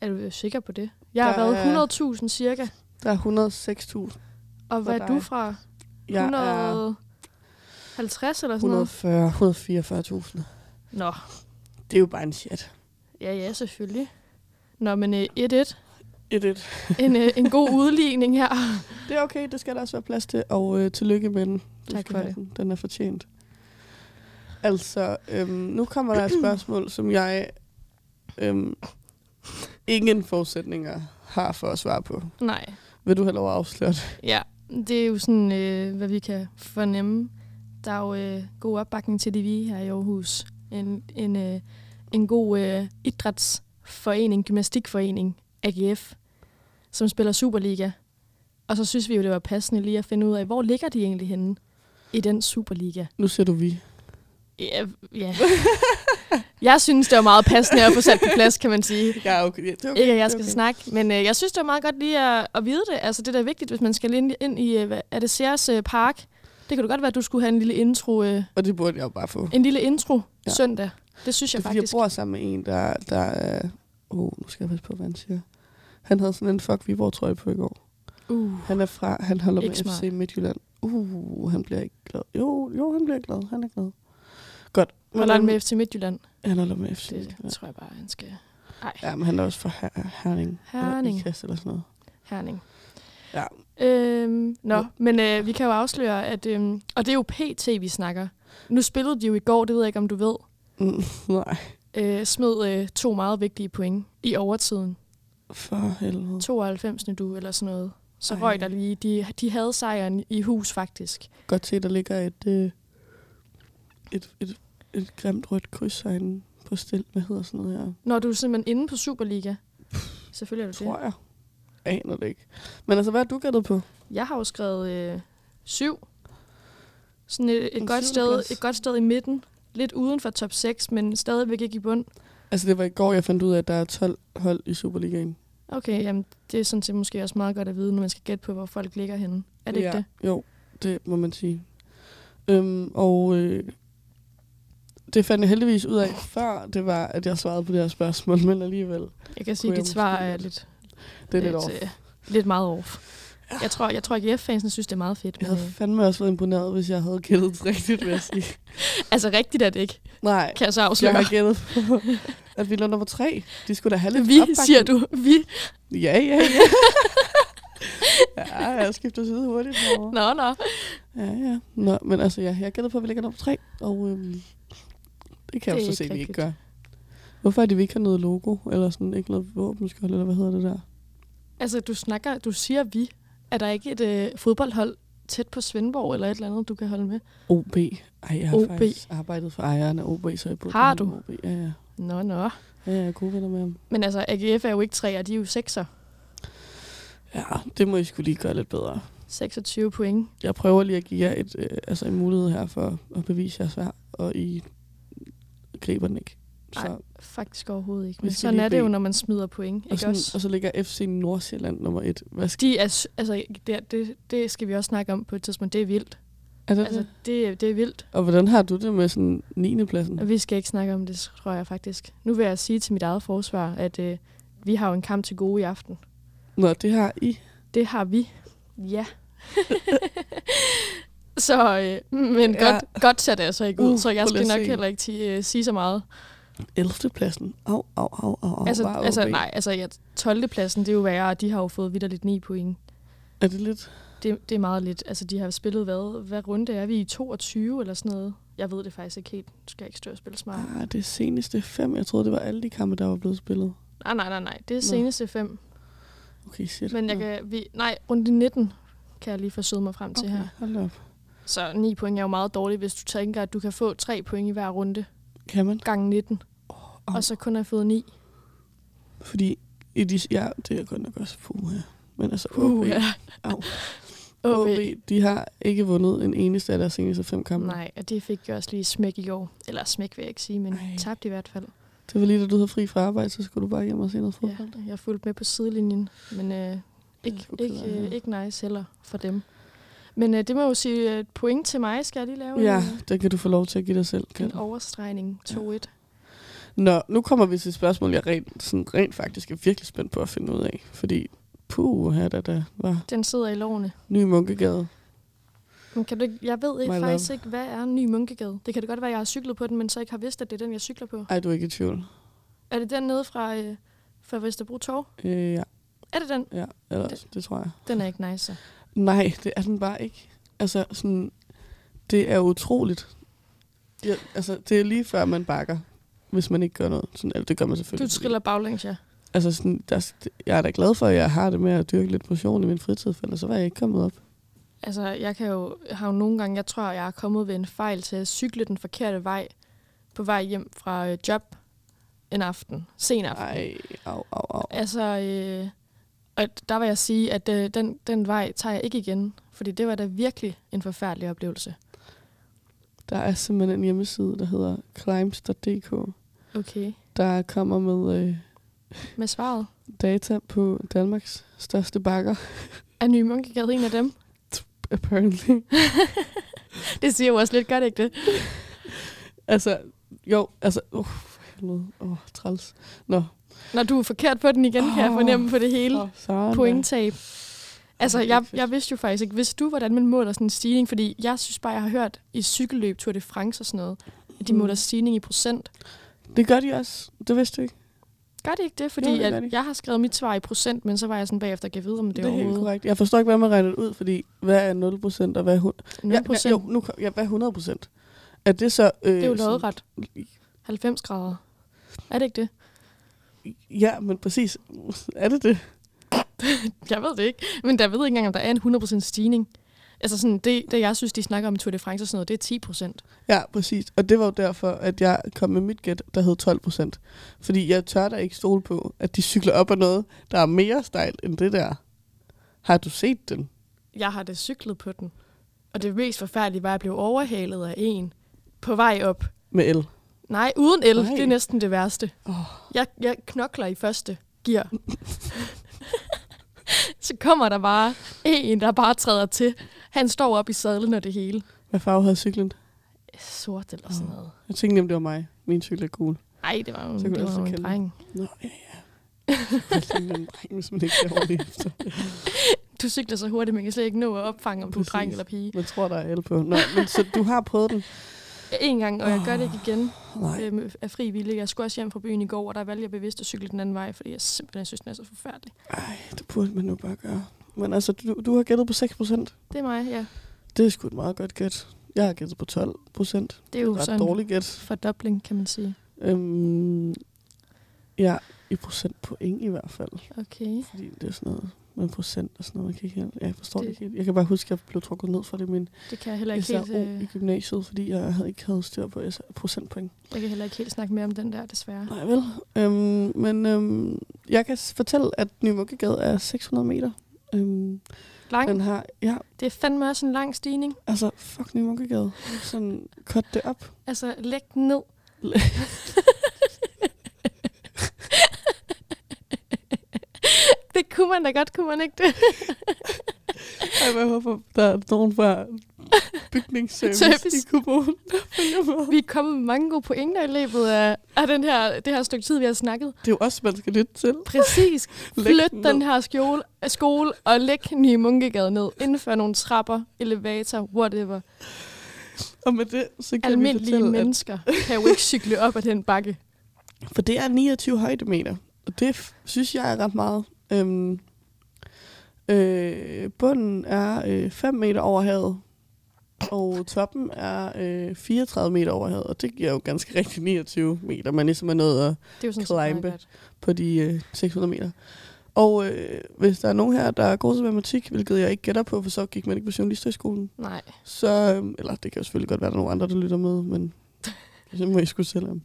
Speaker 3: Er du sikker på det? Jeg har
Speaker 2: Der
Speaker 3: været
Speaker 2: er-
Speaker 3: 100.000 cirka.
Speaker 2: Der er 106.000.
Speaker 3: Og hvad er
Speaker 2: dig.
Speaker 3: du fra?
Speaker 2: Jeg er
Speaker 3: 150 eller sådan noget?
Speaker 2: 140, 144.000.
Speaker 3: Nå,
Speaker 2: Det er jo bare en chat.
Speaker 3: ja, ja, selvfølgelig. Nå, men øh, 1-1.
Speaker 2: Et, et.
Speaker 3: (laughs) En, øh, en god (laughs) udligning her.
Speaker 2: (laughs) Det er okay, det skal der også være plads til, og øh, tillykke med den. Du
Speaker 3: Tak
Speaker 2: skal
Speaker 3: for
Speaker 2: have
Speaker 3: det.
Speaker 2: Den. den er fortjent. Altså, øhm, nu kommer
Speaker 3: (clears throat)
Speaker 2: der et spørgsmål, som jeg øhm, ingen forudsætninger har for at svare på.
Speaker 3: Nej,
Speaker 2: Vil du have lov at afsløre det?
Speaker 3: ja. Det er jo sådan, øh, hvad vi kan fornemme. Der er jo øh, god opbakning til de vi her i Aarhus. En, en, øh, en god øh, idrætsforening, gymnastikforening, AGF, som spiller Superliga. Og så synes vi jo, det var passende lige at finde ud af, hvor ligger de egentlig henne i den Superliga?
Speaker 2: Nu ser du vi.
Speaker 3: Ja, ja. (laughs) jeg synes, det var meget passende at få sat på plads, kan man sige.
Speaker 2: Ja, okay. Ja, det er okay.
Speaker 3: Ikke, at
Speaker 2: det
Speaker 3: jeg
Speaker 2: er
Speaker 3: skal okay.
Speaker 2: okay.
Speaker 3: snakke, men øh, jeg synes, det var meget godt lige at, at vide det. Altså, det der er da vigtigt, hvis man skal ind, ind i, øh, hvad- er det Sears øh, Park? Det kan du godt være, at du skulle have en lille intro, øh,
Speaker 2: Og det burde jeg jo bare få. Det
Speaker 3: en lille intro ja.
Speaker 2: Ja.
Speaker 3: søndag. Det synes
Speaker 2: er
Speaker 3: jeg
Speaker 2: fordi, jeg
Speaker 3: faktisk.
Speaker 2: bor sammen med en, der... der er- Åh, oh, nu skal jeg passe på, hvad han siger. Han havde sådan en fuck Viborg-trøje på i går.
Speaker 3: Uh,
Speaker 2: Han er fra... Han holder
Speaker 3: Ikke
Speaker 2: med
Speaker 3: smart.
Speaker 2: FC Midtjylland. Uh, han bliver ikke glad. Jo, jo, han bliver glad. Han er glad. Godt. Men
Speaker 3: holder han med FC Midtjylland?
Speaker 2: Han holder med FC
Speaker 3: Det
Speaker 2: Midtjylland.
Speaker 3: tror jeg bare, han skal. Ej,
Speaker 2: Ja, men han er også fra Her- Herning.
Speaker 3: Herning.
Speaker 2: Eller Ikast eller sådan noget.
Speaker 3: Herning.
Speaker 2: Ja.
Speaker 3: Øhm, nå,
Speaker 2: Ja.
Speaker 3: men øh, vi kan jo afsløre, at... Øhm, og det er jo PT, vi snakker. Nu spillede de jo i går, det ved jeg ikke, om du ved.
Speaker 2: Mm, (laughs) nej,
Speaker 3: øh, smed øh, to meget vigtige point i overtiden.
Speaker 2: for helvede.
Speaker 3: 92. du eller sådan noget. Så
Speaker 2: Ej.
Speaker 3: røg der lige. De, de havde sejren i hus, faktisk.
Speaker 2: Godt se, der ligger et, øh, et, et, et grimt rødt kryds herinde på stil. Hvad hedder sådan noget her?
Speaker 3: Når du er simpelthen inde på Superliga. Selvfølgelig er du
Speaker 2: Tror
Speaker 3: det.
Speaker 2: jeg. Aner det ikke. Men altså, hvad har du gættet på?
Speaker 3: Jeg har jo skrevet øh, syv. Sådan et, et,
Speaker 2: En
Speaker 3: godt sted,
Speaker 2: syvendeplads.
Speaker 3: et godt sted i midten. Lidt uden for top 6, men stadigvæk ikke i bund.
Speaker 2: Altså, det var i går, jeg fandt ud af, at der er 12 hold i Superligaen.
Speaker 3: Okay, jamen, det er sådan set måske også meget godt at vide, når man skal gætte på, hvor folk ligger henne. Er det ja. ikke det?
Speaker 2: Jo, det må man sige. Øhm, og øh, det fandt jeg heldigvis ud af, før det var, at jeg svarede på det her spørgsmål, men alligevel.
Speaker 3: Jeg kan sige,
Speaker 2: Kunne
Speaker 3: at
Speaker 2: jeg
Speaker 3: dit svar
Speaker 2: måske
Speaker 3: er
Speaker 2: godt.
Speaker 3: lidt
Speaker 2: Det er lidt over.
Speaker 3: Øh, lidt meget off. Jeg tror, jeg tror ikke, at fansene synes, det er meget fedt.
Speaker 2: Jeg
Speaker 3: Men,
Speaker 2: havde
Speaker 3: øh,
Speaker 2: fandme også været imponeret, hvis jeg havde gættet det rigtigt, vil jeg
Speaker 3: (laughs)
Speaker 2: sige.
Speaker 3: altså rigtigt er det ikke,
Speaker 2: Nej,
Speaker 3: kan jeg så
Speaker 2: jeg
Speaker 3: afsløre.
Speaker 2: har gættet på, at vi lå nummer tre. De skulle da have lidt
Speaker 3: Vi,
Speaker 2: opbakning.
Speaker 3: siger du. Vi.
Speaker 2: Ja, ja, ja. ja, jeg skifter side hurtigt herovre.
Speaker 3: Nå, nå.
Speaker 2: Ja, ja. Nå, men altså, ja, jeg gætter på, at vi ligger nummer tre, og øhm, det kan jeg
Speaker 3: Det
Speaker 2: jo
Speaker 3: er
Speaker 2: så se, at
Speaker 3: ikke
Speaker 2: vi ikke
Speaker 3: rigtigt.
Speaker 2: gør. Hvorfor er det, vi ikke har noget logo, eller sådan ikke noget våbenskjold, eller hvad hedder det der?
Speaker 3: Altså, du snakker, du siger vi. Er der ikke et øh, fodboldhold tæt på Svendborg eller et eller andet, du kan holde med?
Speaker 2: OB. Ej, jeg har
Speaker 3: OB.
Speaker 2: OB. faktisk arbejdet for ejeren af OB, så jeg burde
Speaker 3: Har
Speaker 2: vide
Speaker 3: du?
Speaker 2: OB. Ja, ja.
Speaker 3: Nå, nå.
Speaker 2: Ja, jeg er gode venner med ham.
Speaker 3: Men altså, AGF er jo ikke tre, de er jo sekser.
Speaker 2: Ja, det må I skulle lige gøre lidt bedre.
Speaker 3: 26 point.
Speaker 2: Jeg prøver lige at give jer et, øh, altså en mulighed her for at bevise jer svær, og I griber den ikke. Så,
Speaker 3: Ej, Faktisk overhovedet ikke.
Speaker 2: Vi
Speaker 3: Men
Speaker 2: skal
Speaker 3: sådan
Speaker 2: lige
Speaker 3: er det jo,
Speaker 2: bede-
Speaker 3: når man smider point. Ikke
Speaker 2: og, sådan,
Speaker 3: også?
Speaker 2: og så ligger FC Nordsjælland nummer et. Hvad skal,
Speaker 3: De er, s- altså, det, det, det skal vi også snakke om på et tidspunkt. Det er vildt.
Speaker 2: er det,
Speaker 3: Altså,
Speaker 2: det?
Speaker 3: det, det er vildt.
Speaker 2: Og hvordan har du det med sådan 9. pladsen?
Speaker 3: Og Vi skal ikke snakke om det, tror jeg faktisk. Nu vil jeg sige til mit eget forsvar, at øh, vi har jo en kamp til gode i aften.
Speaker 2: Nå, det har I.
Speaker 3: Det har vi. Ja. (laughs) så, øh, men
Speaker 2: Ja.
Speaker 3: ja. godt, godt ser det altså ikke ud,
Speaker 2: Uh,
Speaker 3: uh, så jeg
Speaker 2: prøv lige
Speaker 3: skal
Speaker 2: at
Speaker 3: nok
Speaker 2: se.
Speaker 3: heller ikke ti- øh, sige så meget.
Speaker 2: 11. pladsen. Au, au, au, au, au.
Speaker 3: altså,
Speaker 2: Bare
Speaker 3: altså
Speaker 2: OB.
Speaker 3: nej, altså ja, 12. pladsen, det er jo værre, og de har jo fået vidderligt 9 point.
Speaker 2: Er det lidt?
Speaker 3: Det, det er meget lidt. Altså, de har spillet hvad? Hvad runde er vi i? 22 eller sådan noget? Jeg ved det faktisk ikke helt. Nu skal jeg ikke stå og spille smart.
Speaker 2: Ah, det seneste fem. Jeg troede, det var alle de kampe, der var blevet spillet.
Speaker 3: Nej, nej, nej, nej. Det er seneste fem.
Speaker 2: Okay, shit.
Speaker 3: Men jeg
Speaker 2: Nå.
Speaker 3: kan, vi, nej, runde 19 kan jeg lige forsøge mig frem til
Speaker 2: okay,
Speaker 3: her.
Speaker 2: Hold da op.
Speaker 3: Så 9 point er jo meget dårligt, hvis du tænker, at du kan få 3 point i hver runde
Speaker 2: Kan man?
Speaker 3: gange 19,
Speaker 2: Åh.
Speaker 3: og så kun har fået 9.
Speaker 2: Fordi i de, ja, det er godt nok også puh her. Men altså,
Speaker 3: Uh,
Speaker 2: OB,
Speaker 3: ja.
Speaker 2: Au.
Speaker 3: OB.
Speaker 2: OB, de har ikke vundet en eneste af deres seneste fem kampe.
Speaker 3: (laughs) Nej, og det fik jeg også lige smæk i går. Eller smæk vil jeg ikke sige, men
Speaker 2: Ej.
Speaker 3: Ej. tabt i hvert fald.
Speaker 2: Det var lige, da du havde fri fra arbejde, så skulle du bare hjem og se noget
Speaker 3: Ja,
Speaker 2: fodbold.
Speaker 3: jeg fulgte med på sidelinjen, men øh,
Speaker 2: er
Speaker 3: ikke,
Speaker 2: sgu ked
Speaker 3: ikke,
Speaker 2: af, ja.
Speaker 3: øh, ikke nice heller for dem. Men øh, det må jo sige et point til mig. Skal jeg lige lave
Speaker 2: Ja,
Speaker 3: en,
Speaker 2: det kan du få lov til at give dig selv. Kan
Speaker 3: en overstregning 2-1?
Speaker 2: Nå, nu kommer vi til et spørgsmål, jeg rent, sådan rent faktisk er virkelig spændt på at finde ud af. Fordi, puh, her der, der var
Speaker 3: Den sidder i lovene.
Speaker 2: ny munkegade.
Speaker 3: Men kan du, ikke- jeg ved
Speaker 2: My
Speaker 3: ikke, faktisk ikke, hvad er Ny Munkegade. Det kan det godt være, at jeg har cyklet på den, men så ikke har vidst, at det er den, jeg cykler på.
Speaker 2: Ej, du er ikke i tvivl.
Speaker 3: Er det den nede fra, øh, fra Vesterbro Torv?
Speaker 2: Øh, ja,
Speaker 3: Er det den?
Speaker 2: ja eller, det. det tror jeg.
Speaker 3: Den er ikke nice. så.
Speaker 2: Nej, det er den bare ikke. Altså, sådan, det er utroligt. Ja, altså, det er lige før, man bakker, hvis man ikke gør noget. Sådan, altså, det gør man
Speaker 3: Du
Speaker 2: selvfølgelig.
Speaker 3: triller baglæns, ja.
Speaker 2: Altså, sådan, der, jeg er da glad for, at jeg har det med at dyrke lidt motion i min fritid, for ellers så var jeg ikke kommet op.
Speaker 3: Altså, jeg kan jo, har jo nogle gange, jeg tror, jeg er kommet ved en fejl til at cykle den forkerte vej på vej hjem fra øh, job en aften, sen aften.
Speaker 2: Ej, au, au, au.
Speaker 3: Altså, øh, og der vil jeg sige, at øh, den, den vej tager jeg ikke igen, fordi det var da virkelig en forfærdelig oplevelse.
Speaker 2: Der er simpelthen en hjemmeside, der hedder climbs.dk,
Speaker 3: Okay.
Speaker 2: der kommer med øh,
Speaker 3: Med svaret,
Speaker 2: data på Danmarks største bakker, (laughs)
Speaker 3: er Nye Munkegade en af dem?
Speaker 2: apparently.
Speaker 3: Det siger jo også lidt, gør det ikke det?
Speaker 2: altså, jo, altså, uh, helvede, åh, oh, træls. Nå,
Speaker 3: Når du er forkert på den igen, kan jeg
Speaker 2: Åh,
Speaker 3: fornemme på det hele.
Speaker 2: oh, sådan.
Speaker 3: pointtab. Altså,
Speaker 2: det er
Speaker 3: jeg,
Speaker 2: ikke fedt.
Speaker 3: jeg vidste jo faktisk ikke. Vidste du, hvordan man måler sådan en stigning? Fordi jeg synes bare, jeg har hørt i cykelløb, Tour de France og sådan noget, at de
Speaker 2: Mm.
Speaker 3: måler stigning i procent.
Speaker 2: Det gør de også, det vidste du ikke.
Speaker 3: Gør det ikke det?
Speaker 2: Jo,
Speaker 3: Fordi
Speaker 2: det gør
Speaker 3: jeg,
Speaker 2: de.
Speaker 3: jeg har skrevet mit svar i procent, men så var jeg sådan bagefter, kan jeg vide, om det,
Speaker 2: Det
Speaker 3: det
Speaker 2: er helt
Speaker 3: overhovedet
Speaker 2: korrekt. Jeg forstår ikke, hvad man regner det ud, fordi hvad er 0% og hvad er 100%?
Speaker 3: 0%.
Speaker 2: Ja, ja, jo, nu, kom- ja, hvad er 100%? Er det så... Øh,
Speaker 3: det er jo
Speaker 2: sådan-
Speaker 3: lodret. 90 grader. Er det ikke det?
Speaker 2: Ja, men præcis. (laughs) er det det?
Speaker 3: Jeg ved det ikke. Men der ved ikke engang, om der er en 100% stigning. Altså sådan, det, det jeg synes, de snakker om i Tour de France og sådan noget, det er 10%.
Speaker 2: Ja, præcis. Og det var jo derfor, at jeg kom med mit gæt, der hed 12 procent. Fordi jeg tør da ikke stole på, at de cykler op ad noget, der er mere stejlt end det der. Har du set den?
Speaker 3: jeg har det cyklet på den. Og det mest forfærdelige var, at jeg blev overhalet af en på vej op.
Speaker 2: Med el.
Speaker 3: Nej, uden el.
Speaker 2: Nej.
Speaker 3: Det er næsten det værste.
Speaker 2: Åh.
Speaker 3: Jeg, jeg knokler i første gear. (laughs) Så kommer der bare en, der bare træder til. Han står op i sadlen og det hele.
Speaker 2: Hvad farve havde cyklen?
Speaker 3: Sort eller sådan noget.
Speaker 2: Jeg tænkte nemlig, det var mig. Min cykel er gul.
Speaker 3: Nej, det var jo
Speaker 2: Så
Speaker 3: en,
Speaker 2: kunne
Speaker 3: det
Speaker 2: du også
Speaker 3: var jo en
Speaker 2: kende
Speaker 3: dreng.
Speaker 2: Nå, ja, ja. Jeg tænkte,
Speaker 3: (laughs)
Speaker 2: det er en dreng, hvis man ikke kan overleve efter.
Speaker 3: Du cykler så hurtigt, man kan slet ikke nå at opfange, om du er
Speaker 2: Præcis.
Speaker 3: dreng eller pige.
Speaker 2: Man tror, der er el på. Nå, men så du har prøvet den? Øh.
Speaker 3: En gang, og jeg gør det ikke igen
Speaker 2: Nej.
Speaker 3: øhm, af fri vilje. Jeg skulle også hjem fra byen i går, og der valgte jeg bevidst at cykle den anden vej, fordi jeg simpelthen synes, den er så forfærdelig.
Speaker 2: Ej, det burde man nu bare gøre. Men altså, du, du har gættet på 6 procent.
Speaker 3: Det er mig, ja.
Speaker 2: Det er sgu et meget godt gæt. Jeg har gættet på 12 procent.
Speaker 3: Det er jo
Speaker 2: Ret
Speaker 3: sådan en
Speaker 2: dårligt gæt.
Speaker 3: fordobling, kan man sige.
Speaker 2: Øhm, ja, i procent point i hvert fald.
Speaker 3: Okay.
Speaker 2: Fordi det er sådan noget med procent og sådan noget. Jeg kan ikke helt, jeg forstår det
Speaker 3: Det-
Speaker 2: ikke helt. Jeg kan bare huske, at jeg blev trukket ned fra det i min
Speaker 3: Det kan jeg heller ikke, helt,
Speaker 2: SRO
Speaker 3: øh,
Speaker 2: i gymnasiet, fordi jeg havde ikke havde styr på SR procentpoint.
Speaker 3: jeg kan heller ikke helt snakke mere om den der, desværre.
Speaker 2: Nej vel. Øhm, men øhm, jeg kan s- fortælle, at Ny Munkegade er 600 meter. Øhm,
Speaker 3: Lang.
Speaker 2: den har, ja,
Speaker 3: Det er fandme også en lang stigning.
Speaker 2: altså, fuck Ny Munkegade. Sådan, cut det op.
Speaker 3: Altså, læg den ned. det kunne man da godt, kunne man ikke det?
Speaker 2: Ej, hvor jeg håber, der er nogen
Speaker 3: (laughs)
Speaker 2: fra bygningsservice
Speaker 3: Service.
Speaker 2: i kommunen, der følger med.
Speaker 3: Vi er kommet med mange gode pointer i løbet af, af den her, det her stykke tid, vi har snakket.
Speaker 2: Det er jo også, man skal lytte til.
Speaker 3: Præcis.
Speaker 2: Læg
Speaker 3: Flyt
Speaker 2: ned.
Speaker 3: den her skole, skole og læg Nye Munkegade ned. Indfør nogle trapper, elevator, whatever.
Speaker 2: Og med det, så kan vi
Speaker 3: Almindelige
Speaker 2: fortælle,
Speaker 3: mennesker kan jo ikke cykle op ad den bakke.
Speaker 2: At, for det er 29 højdemeter, og det f- synes jeg er ret meget. Øhm, øh, bunden er øh, 5 meter over havet, og toppen er øh, 34 meter over havet, og det giver jo ganske (laughs) rigtigt 29 meter, man ligesom er nået øh,
Speaker 3: Det er jo sådan,
Speaker 2: Climbe.
Speaker 3: set meget godt.
Speaker 2: på de øh, 600 meter. Og øh, hvis der er nogen her, der er god til matematik, hvilket jeg ikke gætter på, for så gik man ikke på journalisterskolen,
Speaker 3: Nej,
Speaker 2: så, øhm, eller det kan jo selvfølgelig godt være, at der er nogle andre, der lytter med,
Speaker 3: (laughs)
Speaker 2: men det må I sgu selv om.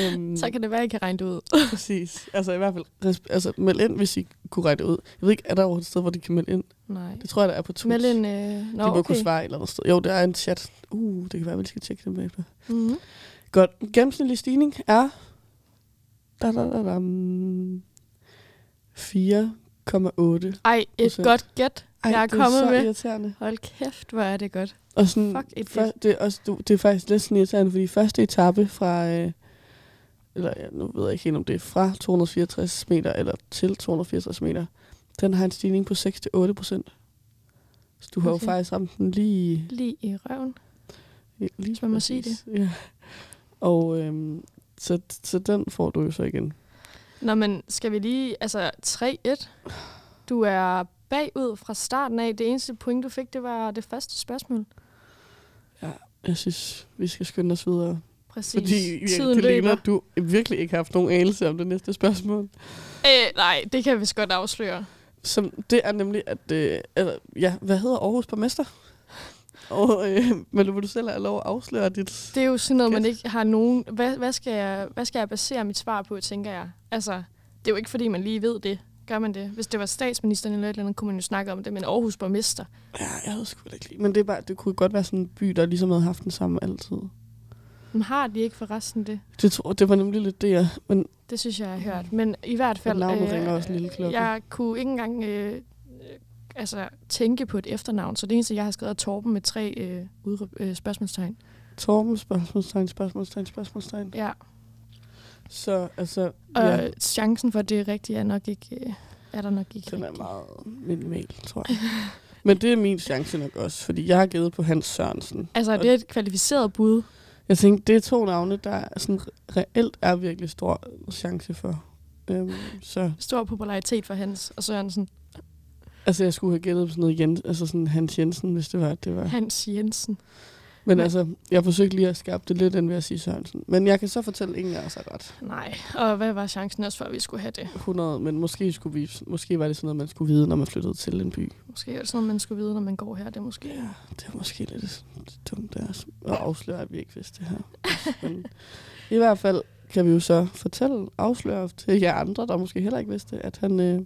Speaker 2: øhm,
Speaker 3: så kan det være, at I kan regne det ud.
Speaker 2: Præcis. Altså i hvert fald, resp- altså, meld ind, hvis I kunne regne det ud. Jeg ved ikke, er der overhovedet et sted, hvor de kan melde ind?
Speaker 3: Nej.
Speaker 2: Det tror jeg, der er på Twitch.
Speaker 3: Meld en... Øh, nå,
Speaker 2: de må
Speaker 3: okay.
Speaker 2: kunne svare et eller andet sted. Jo, der er en chat. Uh, det kan være, at vi skal tjekke dem bagefter.
Speaker 3: Mm-hmm.
Speaker 2: Godt. Den Gennemsnitlige stigning er... Da, da, da, da, 4,8
Speaker 3: Ej, et
Speaker 2: Procent.
Speaker 3: godt gæt,
Speaker 2: Ej,
Speaker 3: jeg er
Speaker 2: det er
Speaker 3: kommet
Speaker 2: så
Speaker 3: med.
Speaker 2: irriterende.
Speaker 3: Hold kæft, hvor er det godt.
Speaker 2: Og sådan,
Speaker 3: Fuck, et
Speaker 2: før, det, er også, du- det er faktisk lidt sådan irriterende, fordi første etape fra, øh, eller ja, nu ved jeg ikke helt, om det er fra 264 meter eller til 264 meter, den har en stigning på 6-8 procent. Så du har jo
Speaker 3: Okay.
Speaker 2: faktisk ramt den lige...
Speaker 3: Lige i røven.
Speaker 2: lige
Speaker 3: Hvis man må sige
Speaker 2: præcis. Ja. Og øhm, så, så den får du jo så igen.
Speaker 3: Nå, men skal vi lige... Altså, 3-1. Du er bagud fra starten af. Det eneste point, du fik, det var det første spørgsmål.
Speaker 2: Jeg synes, vi skal skynde os videre.
Speaker 3: Præcis.
Speaker 2: Fordi, ja,
Speaker 3: Tiden
Speaker 2: det ligner,
Speaker 3: løber.
Speaker 2: at du virkelig ikke har haft nogen anelse om det næste spørgsmål.
Speaker 3: Øh, nej, det kan vi vist godt afsløre.
Speaker 2: Som, det er nemlig, at... Øh, altså, ja, hvad hedder Aarhus borgmester? Og, øh, men nu vil du selv have lov at afsløre dit...
Speaker 3: Det er jo sådan noget, man
Speaker 2: Kæft.
Speaker 3: ikke har nogen... Hvad, hvad, skal jeg, hvad skal jeg basere mit svar på, tænker jeg? Altså, det er jo ikke, fordi man lige ved det. Gør man det? Hvis det var statsministeren eller et eller andet, kunne man jo snakke om det, men Aarhus borgmester.
Speaker 2: Ja, jeg havde sgu da ikke lige. Men det, er bare, det kunne godt være sådan en by, der ligesom havde haft den samme altid.
Speaker 3: Men har de ikke forresten det?
Speaker 2: Det, tror, det var nemlig lidt det, jeg... Men
Speaker 3: Det synes jeg, jeg har hørt. Men i hvert fald... øh,
Speaker 2: navnet ringer også en lille klokke.
Speaker 3: Jeg kunne ikke engang øh, øh, altså, tænke på et efternavn, så det eneste, jeg har skrevet, er Torben med tre øh, udråb, øh, spørgsmålstegn.
Speaker 2: Torben, spørgsmålstegn, spørgsmålstegn, spørgsmålstegn.
Speaker 3: Ja.
Speaker 2: Så altså,
Speaker 3: Og
Speaker 2: ja,
Speaker 3: ja. chancen for, at det er rigtigt, er, nok ikke, øh, er der nok ikke
Speaker 2: den er
Speaker 3: rigtig.
Speaker 2: meget minimal, tror jeg. Men det er min chance nok også, fordi jeg har givet på Hans Sørensen.
Speaker 3: Altså, det er et kvalificeret bud.
Speaker 2: Jeg tænkte, det er to navne, der er sådan reelt er virkelig stor chance for. Øhm, så
Speaker 3: Stor popularitet for Hans og Sørensen.
Speaker 2: altså, jeg skulle have gættet på sådan noget Jens, altså sådan Hans Jensen, hvis det var, at det var.
Speaker 3: Hans Jensen.
Speaker 2: Men altså, jeg forsøgte lige at skabe det lidt end ved at sige Sørensen. Men jeg kan så fortælle, at ingen af os er ret.
Speaker 3: Nej. Og hvad var chancen også for, at vi skulle have det?
Speaker 2: 100, men måske, skulle vi, måske var det sådan noget, man skulle vide, når man flyttede til en by.
Speaker 3: Måske er det sådan noget, man skulle vide, når man går her. Det er måske...
Speaker 2: Ja, det er måske lidt dumt der at afsløre, at vi ikke vidste
Speaker 3: (laughs)
Speaker 2: det her. Men i hvert fald kan vi jo så fortælle, afsløre til jer andre, der måske heller ikke vidste, det, at han, øh,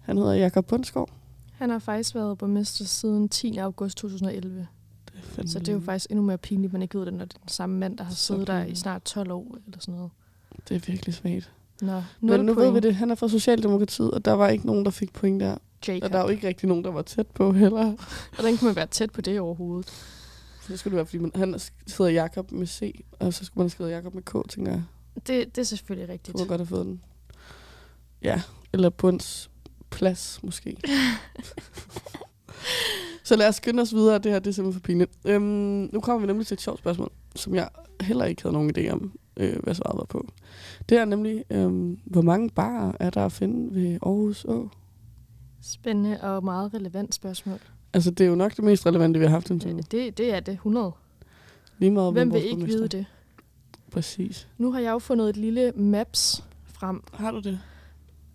Speaker 2: han hedder Jakob Bundsgaard.
Speaker 3: Han har faktisk været borgmester siden 10. august 2011.
Speaker 2: Det er fandme
Speaker 3: Så det er jo
Speaker 2: længe.
Speaker 3: faktisk endnu mere pinligt, at man ikke ved det, når det er den samme mand, der har
Speaker 2: Så
Speaker 3: siddet der i
Speaker 2: pinligt.
Speaker 3: snart 12 år eller sådan noget.
Speaker 2: Det er virkelig svagt.
Speaker 3: Nå,
Speaker 2: Men
Speaker 3: 0
Speaker 2: nu
Speaker 3: point.
Speaker 2: ved vi det. Han er fra Socialdemokratiet, og der var ikke nogen, der fik point der.
Speaker 3: Jacob.
Speaker 2: Og der er jo ikke rigtig nogen, der var tæt på heller.
Speaker 3: Hvordan kan man være tæt på det overhovedet?
Speaker 2: Så skulle det være, fordi man, han hedder Jakob med C, og så skulle man have skrevet Jakob med K, tænker jeg.
Speaker 3: Det, det er selvfølgelig
Speaker 2: Det
Speaker 3: rigtigt.
Speaker 2: kunne man godt have fået den. Ja, eller bunds plads
Speaker 3: (laughs)
Speaker 2: måske. så lad os skynde os videre, det her det er simpelthen for pinligt. Øhm, nu kommer vi nemlig til et sjovt spørgsmål, som jeg heller ikke havde nogen idé om, øh, hvad svaret var på. Det er nemlig, øhm, hvor mange barer er der at finde ved Aarhus Å?
Speaker 3: Spændende og meget relevant spørgsmål.
Speaker 2: Altså, det er jo nok det mest relevante, vi har haft indtil
Speaker 3: Ja,
Speaker 2: nu.
Speaker 3: det, det er det, 100.
Speaker 2: Lige meget,
Speaker 3: Hvem vil
Speaker 2: vores
Speaker 3: ikke
Speaker 2: borgmester-
Speaker 3: vide det?
Speaker 2: Præcis.
Speaker 3: Nu har jeg jo fundet et lille maps frem,
Speaker 2: Har du det?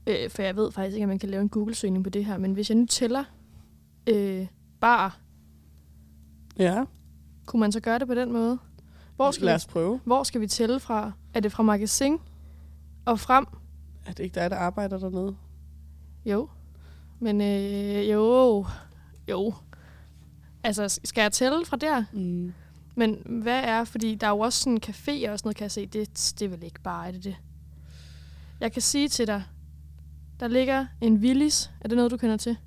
Speaker 3: øh, for jeg ved faktisk ikke, om man kan lave en Google-søgning på det her, men hvis jeg nu tæller øh, bar,
Speaker 2: Ja,
Speaker 3: kunne man så gøre det på den måde? Hvor skal,
Speaker 2: lad
Speaker 3: vi,
Speaker 2: os prøve.
Speaker 3: hvor skal vi tælle fra? Er det fra magasin og frem?
Speaker 2: Er det ikke dig, der arbejder dernede?
Speaker 3: Jo. Men øh, jo, jo. Altså, s- skal jeg tælle fra der?
Speaker 2: Mm.
Speaker 3: Men hvad er, fordi der er jo også sådan caféer og sådan noget, kan jeg se. Det, det er vel ikke bare, er det det? Jeg kan sige til dig, der ligger en Willis. Er det noget, du kender til?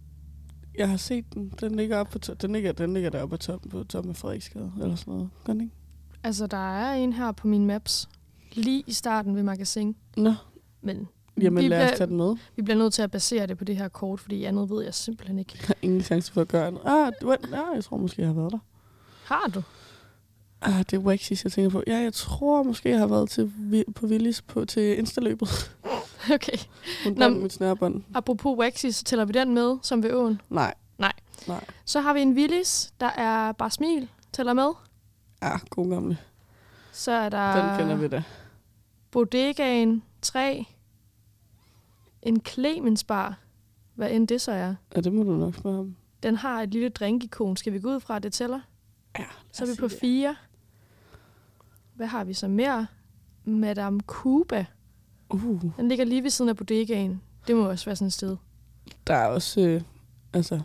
Speaker 2: Jeg har set den. Den ligger, oppe på to- den ligger, den ligger deroppe på toppen, på toppen af Frederiksgade, eller sådan noget. Gør den ikke?
Speaker 3: Altså, der er en her på min maps. Lige i starten ved magasin.
Speaker 2: Nå,
Speaker 3: Men
Speaker 2: jamen
Speaker 3: vi,
Speaker 2: lad os
Speaker 3: bliver,
Speaker 2: tage den med.
Speaker 3: vi bliver nødt til at basere det på det her kort, fordi andet ved jeg simpelthen ikke.
Speaker 2: Jeg har ingen chance for at gøre noget. Ah, det var, ah, jeg tror måske, jeg har været der.
Speaker 3: Har du?
Speaker 2: Ah, det var ikke sidst, jeg tænker på. Ja, jeg tror måske, jeg har været til, Vi- på Willis på, til Instaløbet.
Speaker 3: (laughs)
Speaker 2: (laughs)
Speaker 3: Okay.
Speaker 2: Hun
Speaker 3: Nå,
Speaker 2: bandt
Speaker 3: men-
Speaker 2: mit snørbånd.
Speaker 3: Apropos Waxi, så tæller vi den med, som ved åen.
Speaker 2: Nej.
Speaker 3: Nej.
Speaker 2: Nej.
Speaker 3: Så har vi en Willis, der er bare smil, tæller med.
Speaker 2: Ah, god gamle.
Speaker 3: Så er der...
Speaker 2: Den kender vi da.
Speaker 3: Bodegaen 3. En Clemensbar. Hvad end det så er.
Speaker 2: Ja, det må du nok spørge om.
Speaker 3: Den har et lille drinkikon. Skal vi gå ud fra, at det tæller?
Speaker 2: Ja,
Speaker 3: Så er vi på 4. Hvad har vi så mere? Madame Cuba.
Speaker 2: Uh,
Speaker 3: Den ligger lige ved siden af bodegaen. Det må også være sådan et sted.
Speaker 2: der er også, øh, altså,